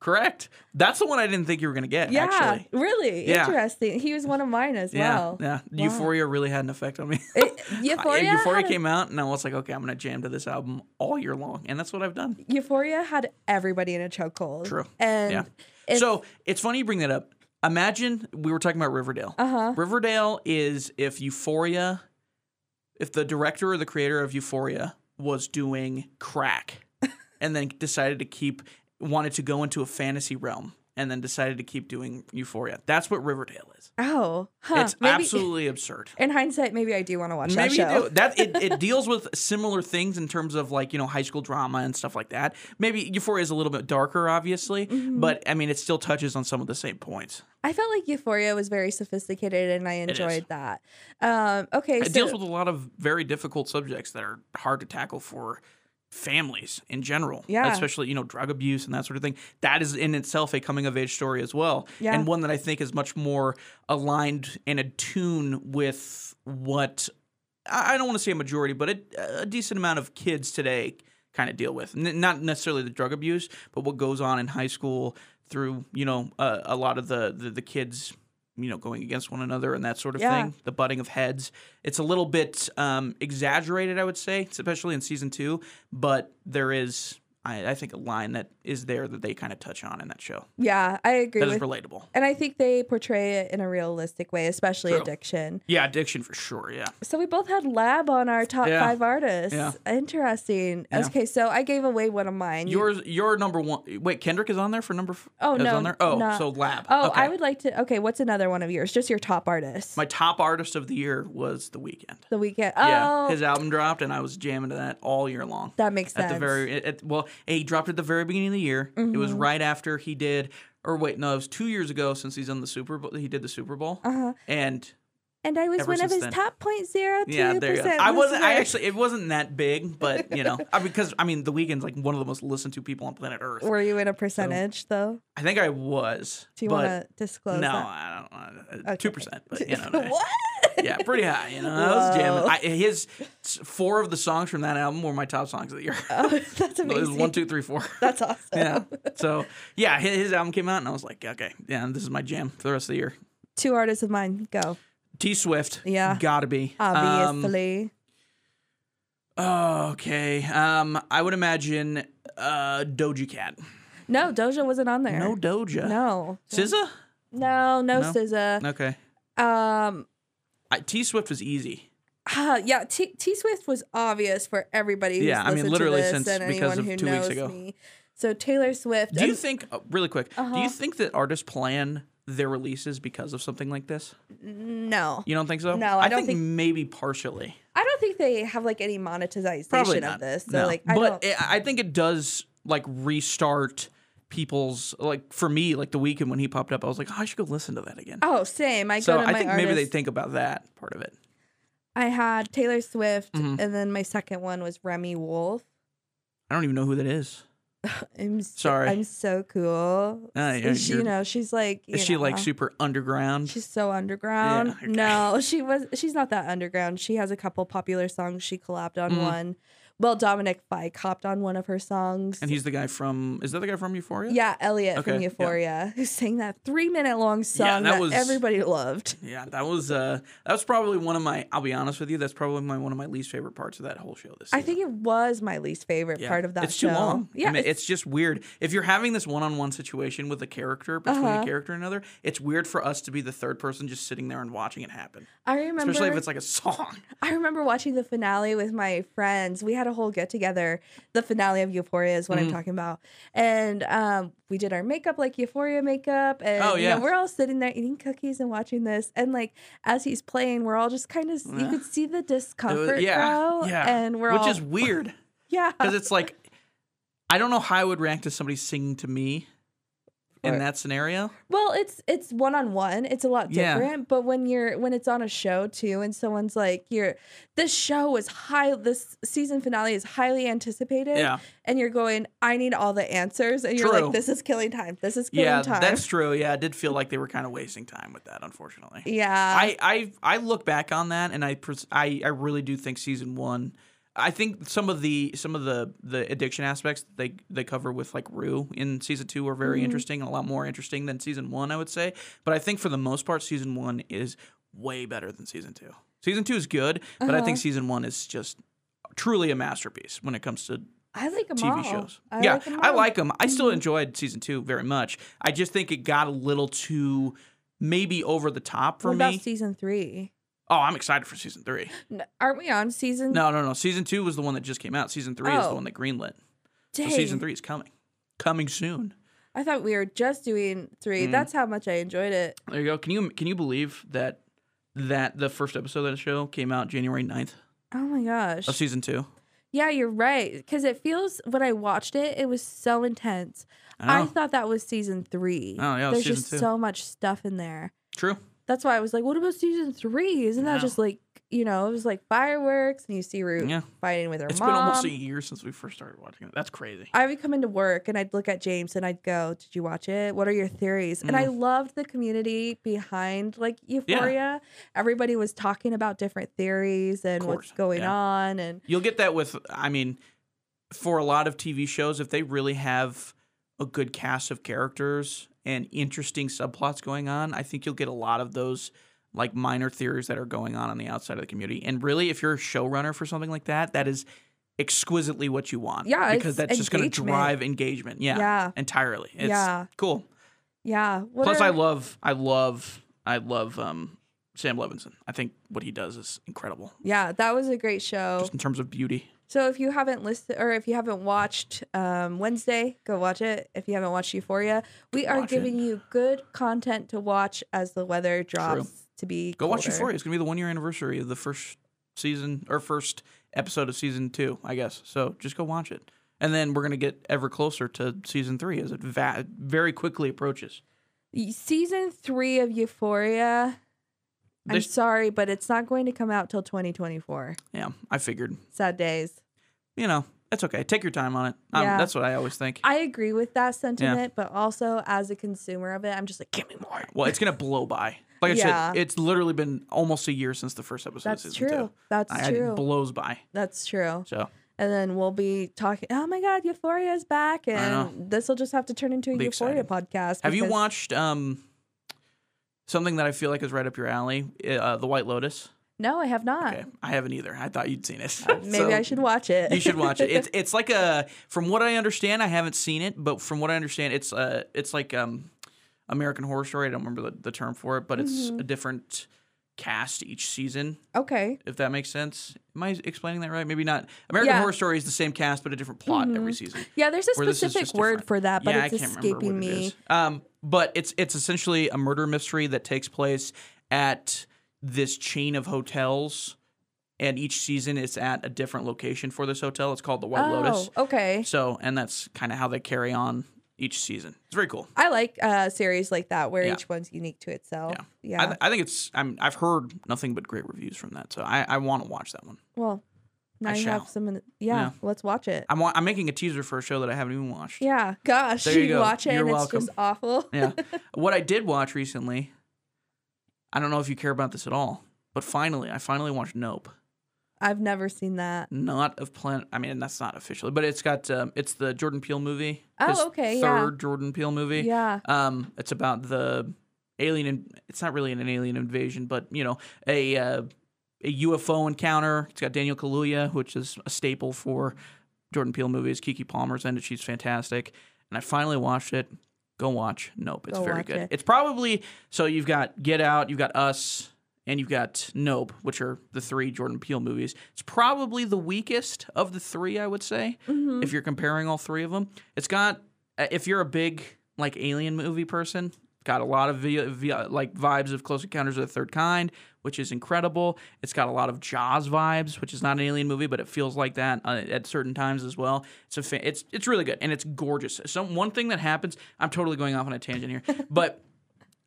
S2: Correct. That's the one I didn't think you were gonna get.
S1: Yeah.
S2: Actually.
S1: Really
S2: Yeah.
S1: interesting. He was one of mine as
S2: Yeah, [LAUGHS]
S1: well.
S2: yeah.
S1: Wow.
S2: Euphoria really had an effect on me. [LAUGHS]
S1: It-
S2: I-
S1: Euphoria.
S2: Euphoria
S1: had a-
S2: came out, and I was like, okay, I'm gonna jam to this album all year long, and that's what I've done.
S1: Euphoria had everybody in a chokehold.
S2: True.
S1: And
S2: Yeah.
S1: it's,
S2: so it's funny you bring that up. Imagine we were talking about Riverdale.
S1: uh huh.
S2: Riverdale is if Euphoria, if the director or the creator of Euphoria was doing
S1: [LAUGHS]
S2: crack, and then decided to keep wanted to go into a fantasy realm, and then decided to keep doing Euphoria. That's what Riverdale is.
S1: Oh, huh.
S2: it's
S1: maybe,
S2: absolutely
S1: [LAUGHS]
S2: absurd.
S1: In hindsight, maybe I do want to watch that
S2: Maybe
S1: show.
S2: you do. that it, it deals with similar things in terms of like you know high school drama and stuff like that. Maybe Euphoria is a little bit darker, obviously,
S1: Mhm.
S2: but I mean it still touches on some of the same points.
S1: I felt like Euphoria was very sophisticated, and I
S2: is.
S1: enjoyed that. Um, okay,
S2: It
S1: so
S2: deals with a lot of very difficult subjects that are hard to tackle for families in general,
S1: Yeah.
S2: especially you know drug abuse and that sort of thing. That is in itself a coming of age story as well,
S1: Yeah.
S2: and one that I think is much more aligned and attuned with what I I don't want to say a majority, but a, a decent amount of kids today kind of deal with. N- not necessarily the drug abuse, but what goes on in high school through you know uh, a lot of the, the the kids you know going against one another and that sort of
S1: Yeah.
S2: thing. The butting of heads. It's a little bit um, exaggerated, I would say, especially in season two. But there is, I, I think, a line that is there that they kind of touch on in that show
S1: yeah, I agree
S2: that is
S1: with,
S2: relatable.
S1: and I think they portray it in a realistic way, especially
S2: True.
S1: addiction.
S2: Yeah, addiction for sure. Yeah.
S1: So we both had Lab on our top
S2: Yeah.
S1: five artists.
S2: Yeah.
S1: Interesting.
S2: Yeah.
S1: Okay, so I gave away one of mine. You-
S2: Yours, your number one. Wait, Kendrick is on there for number. F-
S1: Oh,
S2: is
S1: no,
S2: on there. Oh,
S1: no.
S2: so Lab.
S1: Oh,
S2: okay.
S1: I would like to. Okay, what's another one of yours? Just your top artist.
S2: My top artist of the year was The Weeknd.
S1: the weekend.
S2: Yeah,
S1: Oh,
S2: his album dropped, and I was jamming to that all year long.
S1: that makes sense.
S2: at the very at- at, well he dropped at the very beginning of the year it was
S1: Mm-hmm.
S2: right after he did or wait no it was two years ago since he's done the super bowl he did the super bowl
S1: Uh-huh.
S2: and
S1: And I was
S2: ever
S1: one of
S2: since
S1: his
S2: then.
S1: top point zero two
S2: yeah there you go
S1: percent.
S2: i wasn't i actually it wasn't that big but
S1: [LAUGHS]
S2: you know I, because i mean the weekend's like one of the most listened to people on planet earth
S1: Were you in a percentage though?
S2: i think i was
S1: Do you
S2: but
S1: want to disclose?
S2: no
S1: that?
S2: i don't know
S1: Okay.
S2: 2%
S1: [LAUGHS]
S2: but you know [LAUGHS]
S1: what?
S2: yeah pretty high you know i was jamming
S1: Whoa.
S2: I, his four of the songs from that album were my top songs of the year
S1: Oh, [LAUGHS] that's
S2: it was
S1: amazing.
S2: one two
S1: [LAUGHS]
S2: three four
S1: That's awesome.
S2: yeah. So yeah, his, his album came out, and I was like, okay, yeah, this is my jam for the rest of the year.
S1: Two artists of mine. Go.
S2: T Swift,
S1: Yeah. Ah,
S2: gotta be Um,
S1: Obviously.
S2: okay, um, I would imagine uh, Doja Cat.
S1: no, Doja wasn't on there.
S2: No Doja.
S1: No.
S2: SZA.
S1: No, no,
S2: No?
S1: SZA.
S2: Okay.
S1: Um
S2: I, T Swift was easy.
S1: ah, yeah, T Swift was obvious for everybody who's
S2: Yeah, I mean,
S1: listened to
S2: literally
S1: this
S2: since-
S1: and anyone
S2: because of
S1: who
S2: two weeks
S1: knows
S2: ago.
S1: me. So Taylor Swift.
S2: Do you
S1: and-
S2: think? oh, really quick. Do
S1: Uh-huh.
S2: you think that artists plan their releases because of something like this?
S1: no.
S2: You don't think so?
S1: No, I don't
S2: think
S1: think-
S2: maybe partially.
S1: I don't think they have like any monetization
S2: Probably
S1: of
S2: not.
S1: this. So
S2: No.
S1: like I
S2: but
S1: don't
S2: it- I think it does like restart people's like for me like the weekend when he popped up, I was like, oh, I should go listen to that again.
S1: Oh, same. I
S2: so
S1: go to
S2: I
S1: my
S2: think maybe they
S1: artist-
S2: think about that part of it.
S1: I had Taylor Swift,
S2: Mhm.
S1: and then my second one was Remy Wolf.
S2: I don't even know who that is.
S1: I'm so,
S2: Sorry.
S1: I'm so cool.
S2: Ah,
S1: S-
S2: yeah,
S1: she, you
S2: you're-
S1: know, she's like, you
S2: Is she like
S1: know,
S2: super underground?
S1: she's so underground.
S2: Mm. okay.
S1: No, she was. She's not that underground. She has a couple popular songs. She collabed on
S2: Mhm.
S1: one. Well, Dominic Fike hopped on one of her songs.
S2: and he's the guy from is that the guy from Euphoria?
S1: yeah, Elliot
S2: Okay,
S1: from
S2: yeah.
S1: Euphoria, who sang that three minute long song
S2: that
S1: that,
S2: was-
S1: everybody loved.
S2: Yeah, that was uh that was probably one of my I'll be honest with you, that's probably my one of my least favorite parts of that whole show this
S1: I
S2: season.
S1: think it was my least favorite
S2: Yeah.
S1: part of that
S2: It's
S1: show.
S2: too long.
S1: Yeah,
S2: I mean,
S1: it's-
S2: it's, just weird. If you're having this one-on-one situation with a character between
S1: Uh-huh.
S2: a character and another, it's weird for us to be the third person just sitting there and watching it happen.
S1: I remember.
S2: Especially if it's like a song.
S1: I remember watching the finale with my friends. We had a whole get together. The finale of Euphoria is what I'm
S2: Mhm.
S1: talking about, and um, we did our makeup like Euphoria makeup, and
S2: Oh,
S1: you
S2: yeah.
S1: know, we're all sitting there eating cookies and watching this, and like as he's playing, we're all just kind of you
S2: Yeah.
S1: could see the discomfort
S2: yeah,
S1: grow,
S2: yeah.
S1: and we're
S2: which
S1: all [LAUGHS]
S2: is weird
S1: yeah,
S2: because it's like I don't know how I would react to somebody singing to me
S1: Right.
S2: in that scenario.
S1: Well, it's it's one on one. It's a lot
S2: Yeah.
S1: different. But when you're when it's on a show too, and someone's like, "You're this show is high. This season finale is highly anticipated."
S2: Yeah,
S1: And you're going, "I need all the answers," and you're
S2: True.
S1: like, "This is killing time. This is killing
S2: yeah,
S1: time."
S2: that's true. Yeah, I did feel like they were kind of wasting time with that, unfortunately.
S1: yeah.
S2: I, I I look back on that and I, pres- I I really do think season one. I think some of the some of the the addiction aspects that they they cover with like Rue in season two are very
S1: Mhm.
S2: interesting and a lot more interesting than season one. I would say, but I think for the most part, season one is way better than season two. Season two is good, but I
S1: Uh-huh.
S2: think season one is just truly a masterpiece when it comes to
S1: I like them
S2: TV
S1: all.
S2: shows.
S1: I
S2: yeah,
S1: like 'em
S2: I
S1: all.
S2: like them. I still
S1: Mhm.
S2: enjoyed season two very much. I just think it got a little too maybe over the top for
S1: what
S2: me.
S1: about season three?
S2: Oh, I'm excited for season three.
S1: N- Aren't we on season?
S2: No, no, no. Season two was the one that just came out. Season three is the
S1: Oh.
S2: one that greenlit. So
S1: Dang.
S2: season three is coming, coming soon.
S1: I thought we were just doing 3
S2: Mhm.
S1: That's how much I enjoyed it.
S2: There you go. Can you can you believe that that the first episode of the show came out January 9th
S1: Oh my gosh.
S2: of season two?
S1: Yeah, you're right. Because it feels when I watched it, it was so intense.
S2: I
S1: I,
S2: know.
S1: thought that was season three.
S2: Oh, yeah, it was
S1: There's
S2: season
S1: just
S2: two.
S1: so much stuff in there.
S2: True.
S1: That's why I was like, what about season three? Isn't
S2: No.
S1: that just like, you know, it was like fireworks and you see Root
S2: Yeah.
S1: fighting with her
S2: It's
S1: mom.
S2: been almost a year since we first started watching it. That's crazy.
S1: I would come into work and I'd look at James and I'd go, Did you watch it? What are your theories? And I
S2: Mm.
S1: loved the community behind like Euphoria. Everybody was talking about different theories and what's
S2: Course,
S1: going
S2: yeah.
S1: on. And
S2: You'll get that with, I mean, for a lot of TV shows, if they really have a good cast of characters and interesting subplots going on, I think you'll get a lot of those like minor theories that are going on on the outside of the community. And really, if you're a showrunner for something like that, that is exquisitely what you want.
S1: Yeah,
S2: because
S1: it's
S2: that's just going to
S1: engagement.
S2: drive engagement. Yeah,
S1: yeah.
S2: entirely. It's
S1: Yeah.
S2: cool.
S1: Yeah. What
S2: Plus,
S1: are-
S2: I love, I love, I love um, Sam Levinson. I think what he does is incredible,
S1: Yeah, that was a great show.
S2: just in terms of beauty.
S1: So if you haven't listened or if you haven't watched um, Wednesday, go watch it. If you haven't watched Euphoria, we are
S2: Watch it.
S1: giving you good content to watch as the weather drops to be.
S2: Go watch
S1: colder.
S2: Euphoria. It's gonna be the one year anniversary of the first season or first episode of season two, I guess. So just go watch it, and then we're gonna get ever closer to season three as it va- very quickly approaches.
S1: Y- Season three of Euphoria. I'm
S2: This-
S1: sorry, but it's not going to come out till 2024.
S2: yeah, I figured.
S1: Sad days.
S2: You know, that's okay. Take your time on it. Um,
S1: Yeah.
S2: That's what I always think.
S1: I agree with that sentiment, but also as a consumer of it, I'm just like, give me more.
S2: well, it's gonna blow by. Like I
S1: Yeah.
S2: said, it's literally been almost a year since the first episode
S1: That's
S2: of season
S1: true.
S2: two.
S1: That's
S2: I,
S1: true.
S2: It blows by.
S1: That's true.
S2: So
S1: and then we'll be talking. Oh my God, Euphoria is back,
S2: know.
S1: and this will just have to turn into a
S2: Be
S1: Euphoria podcast.
S2: have you
S1: because-
S2: watched um something that I feel like is right up your alley? Uh, the White Lotus.
S1: No, I have not.
S2: Okay, I haven't either. I thought you'd seen it.
S1: [LAUGHS] Maybe
S2: So-
S1: I should watch it.
S2: You should watch it. It's it's like a from what I understand, I haven't seen it, but from what I understand, it's uh it's like um American Horror Story. I don't remember the, the term for it, but it's
S1: Mm-hmm.
S2: a different cast each season.
S1: [LAUGHS] okay.
S2: If that makes sense, am I explaining that right? Maybe not. American
S1: Yeah. Mm-hmm.
S2: Horror Story is the same cast, but a different plot every season.
S1: Yeah, there's a
S2: Where this is
S1: specific
S2: just
S1: word
S2: different.
S1: for that, Uh, but
S2: yeah,
S1: it's
S2: I can't
S1: escaping
S2: remember what
S1: me.
S2: It is. Um, but it's it's essentially a murder mystery that takes place at this chain of hotels, and each season it's at a different location for this hotel. It's called the White
S1: oh,
S2: Lotus.
S1: okay.
S2: So, and that's kind of how they carry on each season. It's very cool.
S1: I like uh, series like that where
S2: Yeah.
S1: each one's unique to itself.
S2: Yeah.
S1: Yeah.
S2: I, th- I think it's. I'm, I've heard nothing but great reviews from that, so I, I want to watch that one.
S1: well, now
S2: I
S1: you
S2: shall.
S1: have some. in the- Yeah,
S2: Yeah.
S1: Let's watch it.
S2: I'm wa- I'm making a teaser for a show that I haven't even watched.
S1: yeah. Gosh,
S2: There you go.
S1: watch it
S2: You're
S1: and
S2: welcome.
S1: it's just awful.
S2: [LAUGHS] yeah. What I did watch recently, I don't know if you care about this at all, but finally, I finally watched Nope.
S1: [LAUGHS] I've never seen that.
S2: Not of Planet. I mean, that's not officially, but it's got. Um, it's the Jordan Peele movie.
S1: Oh,
S2: his
S1: okay, yeah.
S2: Third Jordan Peele movie.
S1: Yeah.
S2: Um, it's about the alien. In- it's not really an alien invasion, but you know, a uh, a UFO encounter. It's got Daniel Kaluuya, which is a staple for Jordan Peele movies. Kiki Palmer's in it. She's fantastic. And I finally watched it. Go watch. Nope, it's
S1: Go
S2: very
S1: watch
S2: good.
S1: it.
S2: It's probably so. You've got Get Out. You've got Us. and you've got Nope, which are the three Jordan Peele movies. It's probably the weakest of the three, I would say,
S1: Mhm.
S2: if you're comparing all three of them. It's got, uh, if you're a big like alien movie person, got a lot of vi- vi- like vibes of Close Encounters of the Third Kind, which is incredible. It's got a lot of Jaws vibes, which is not an alien movie, but it feels like that uh, at certain times as well. It's a fa- it's it's really good and it's gorgeous. So one thing that happens, I'm totally going off on a tangent here, but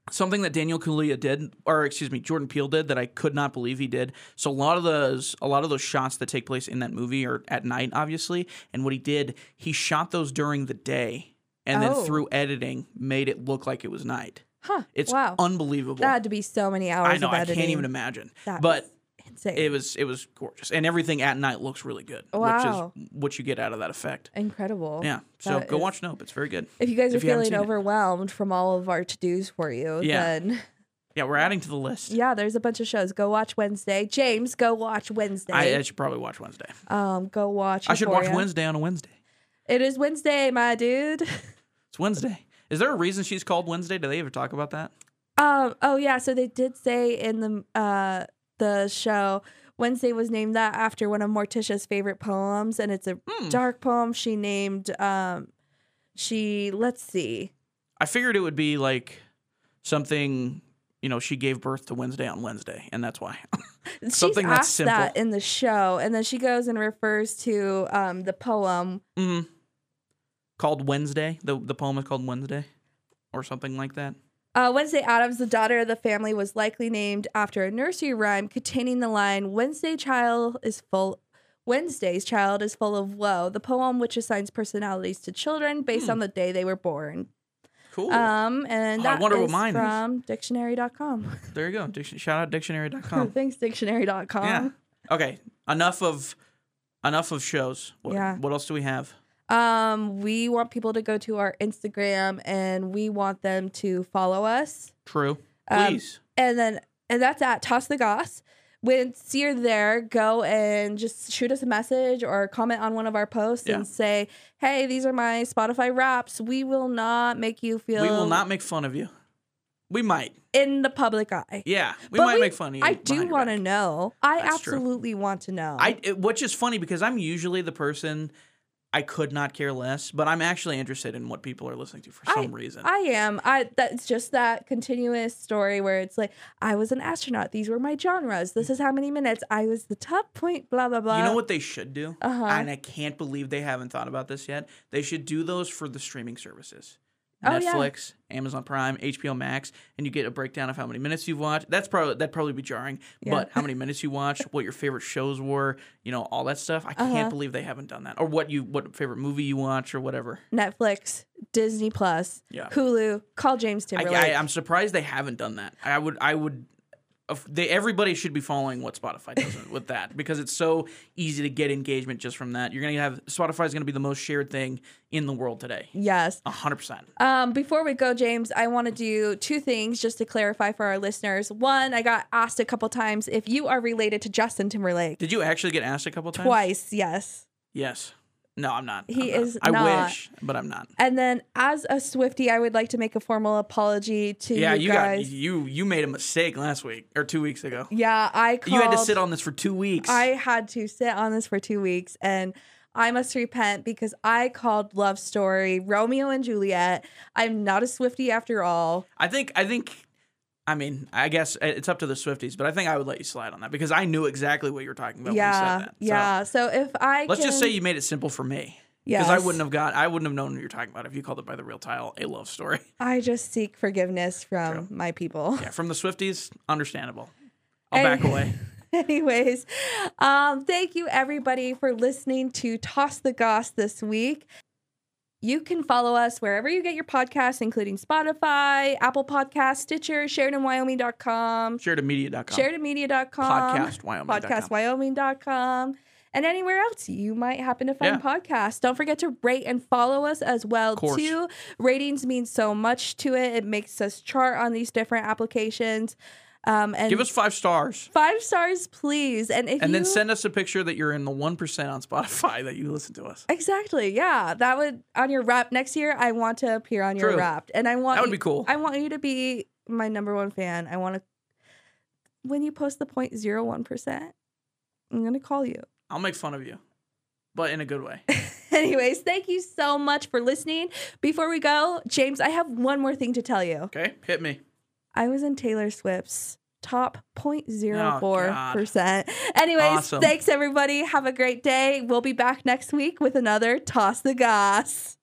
S2: something that Daniel Kaluuya did, or excuse me, Jordan Peele did that I could not believe he did. So a lot of those, a lot of those shots that take place in that movie are at night, obviously. And what he did, he shot those during the day, and
S1: Oh.
S2: then through editing, made it look like it was night.
S1: Huh.
S2: It's
S1: wow.
S2: unbelievable.
S1: that had to be so many hours
S2: I know.
S1: of
S2: I
S1: editing.
S2: can't even imagine.
S1: That's
S2: but
S1: insane.
S2: it was it was gorgeous, and everything at night looks really good,
S1: Wow.
S2: which is what you get out of that effect.
S1: Incredible.
S2: Yeah. So
S1: That
S2: go
S1: is-
S2: watch Nope. It's very good.
S1: If you guys are
S2: If you haven't
S1: feeling
S2: seen it.
S1: overwhelmed from all of our to dos for you,
S2: Yeah.
S1: then
S2: Yeah, we're adding to the list.
S1: yeah, there's a bunch of shows. Go watch Wednesday. James, go watch
S2: I, I
S1: Wednesday.
S2: should probably watch Wednesday.
S1: um, go watch.
S2: I should watch
S1: Euphoria.
S2: Wednesday on a Wednesday.
S1: It is Wednesday, my dude. [LAUGHS]
S2: It's Wednesday. Is there a reason she's called Wednesday? Do they ever talk about that?
S1: Um. Oh yeah. So they did say in the uh the show Wednesday was named that after one of Morticia's favorite poems, and it's a
S2: Hmm.
S1: dark poem she named. Um, she let's see.
S2: I figured it would be like something, you know, she gave birth to Wednesday on Wednesday, and that's why. [LAUGHS] Something
S1: She's
S2: that's
S1: asked that
S2: simple.
S1: in the show, and then she goes and refers to um the poem.
S2: mm. Called Wednesday. The the poem is called Wednesday, or something like that.
S1: Uh, Wednesday Adams, the daughter of the family, was likely named after a nursery rhyme containing the line "Wednesday child is full." Wednesday's child is full of woe. The poem, which assigns personalities to children based
S2: Hmm.
S1: on the day they were born.
S2: Cool.
S1: Um, and
S2: Oh, I
S1: that is
S2: wonder what mine is.
S1: from dictionary.com.
S2: there you go. Diction- shout out dictionary.com.
S1: [LAUGHS] Thanks, dictionary.com.
S2: yeah. Okay. Enough of enough of shows. What,
S1: Yeah.
S2: What else do we have?
S1: Um, we want people to go to our Instagram and we want them to follow us.
S2: True.
S1: Um,
S2: Please.
S1: And then and that's at Toss the Goss. Once you're there, go and just shoot us a message or comment on one of our posts
S2: Yeah.
S1: and say, Hey, these are my Spotify wraps. We will not make you feel
S2: we will not make fun of you. We might.
S1: in the public eye.
S2: Yeah. We
S1: But
S2: might
S1: we-
S2: make fun of you.
S1: I do
S2: behind your
S1: want
S2: back.
S1: to know. I
S2: That's true.
S1: absolutely want to know.
S2: I it- which is funny because I'm usually the person I could not care less, but I'm actually interested in what people are listening to for
S1: I-
S2: some reason.
S1: I am. I that's just that continuous story where it's like I was an astronaut. These were my genres. This is how many minutes I was the top point. Blah blah blah.
S2: you know what they should do?
S1: Uh huh.
S2: And I can't believe they haven't thought about this yet. They should do those for the streaming services.
S1: Oh, yeah.
S2: Netflix, Amazon Prime, HBO Max, and you get a breakdown of how many minutes you've watched. That's probably that'd probably be jarring,
S1: Yeah.
S2: but
S1: [LAUGHS]
S2: how many minutes you watched, what your favorite shows were, you know, all that stuff. I can't
S1: Uh-huh.
S2: believe they haven't done that. Or what you what favorite movie you watch or whatever.
S1: Netflix, Disney Plus,
S2: Yeah.
S1: Hulu. Call James
S2: I,
S1: Timberlake.
S2: I, I'm surprised they haven't done that. I would, I would, of- they, everybody should be following what Spotify does
S1: [LAUGHS]
S2: with that because it's so easy to get engagement just from that. You're gonna have Spotify is gonna be the most shared thing in the world today.
S1: yes.
S2: hundred percent.
S1: Um, before we go, James, I want to do two things just to clarify for our listeners. One, I got asked a couple times if you are related to Justin Timberlake.
S2: Did you actually get asked a couple times?
S1: Twice, yes.
S2: Yes. No, I'm not.
S1: He
S2: I'm not.
S1: is
S2: I
S1: not.
S2: wish, but I'm not.
S1: And then, as a Swifty, I would like to make a formal apology to
S2: Yeah, you,
S1: you guys.
S2: got you. You made a mistake last week or two weeks ago.
S1: yeah, I called.
S2: You had to sit on this for two weeks.
S1: I had to sit on this for two weeks and I must repent because I called Love Story Romeo and Juliet. I'm not a Swifty after all.
S2: I think I think I mean, I guess it's up to the Swifties, but I think I would let you slide on that because I knew exactly what you were talking about when you
S1: yeah.
S2: said that. So,
S1: yeah. So if I
S2: let's just
S1: can-
S2: say you made it simple for me. Because I
S1: Yes.
S2: wouldn't have got I wouldn't have known what you're talking about if you called it by the real title a love story. [LAUGHS]
S1: I just seek forgiveness from my people. [LAUGHS]
S2: Yeah, from the Swifties, understandable. I'll
S1: And-
S2: back away.
S1: Anyways, um, thank you everybody for listening to Toss the Goss this week. You can follow us wherever you get your podcasts, including Spotify, Apple Podcasts, Stitcher, SheridanWyoming.com,
S2: Sharedmedia.com.
S1: SheridanMedia.com,
S2: Podcast Wyoming.
S1: podcastwyoming.com and anywhere else you might happen to find
S2: Yeah.
S1: podcasts. Don't forget to rate and follow us as well
S2: Course.
S1: too. Ratings mean so much to it. It makes us chart on these different applications. Um, and
S2: Give us five stars.
S1: five stars, please. And if
S2: And
S1: you,
S2: then send us a picture that you're in the one percent on Spotify [LAUGHS] that you listen to us.
S1: exactly yeah that would on your wrap next year. I want to appear on your
S2: True.
S1: wrap, and I want
S2: That would
S1: you-
S2: be cool.
S1: I want you to be my number one fan. I want to when you post the 0.01%, I'm going to call you.
S2: I'll make fun of you, but in a good way.
S1: [LAUGHS] Anyways, thank you so much for listening. Before we go, James, I have one more thing to tell you.
S2: Okay, hit me.
S1: I was in Taylor Swift's top
S2: Oh,
S1: 0.04%. Anyways,
S2: Awesome.
S1: thanks everybody. Have a great day. We'll be back next week with another Toss the Goss.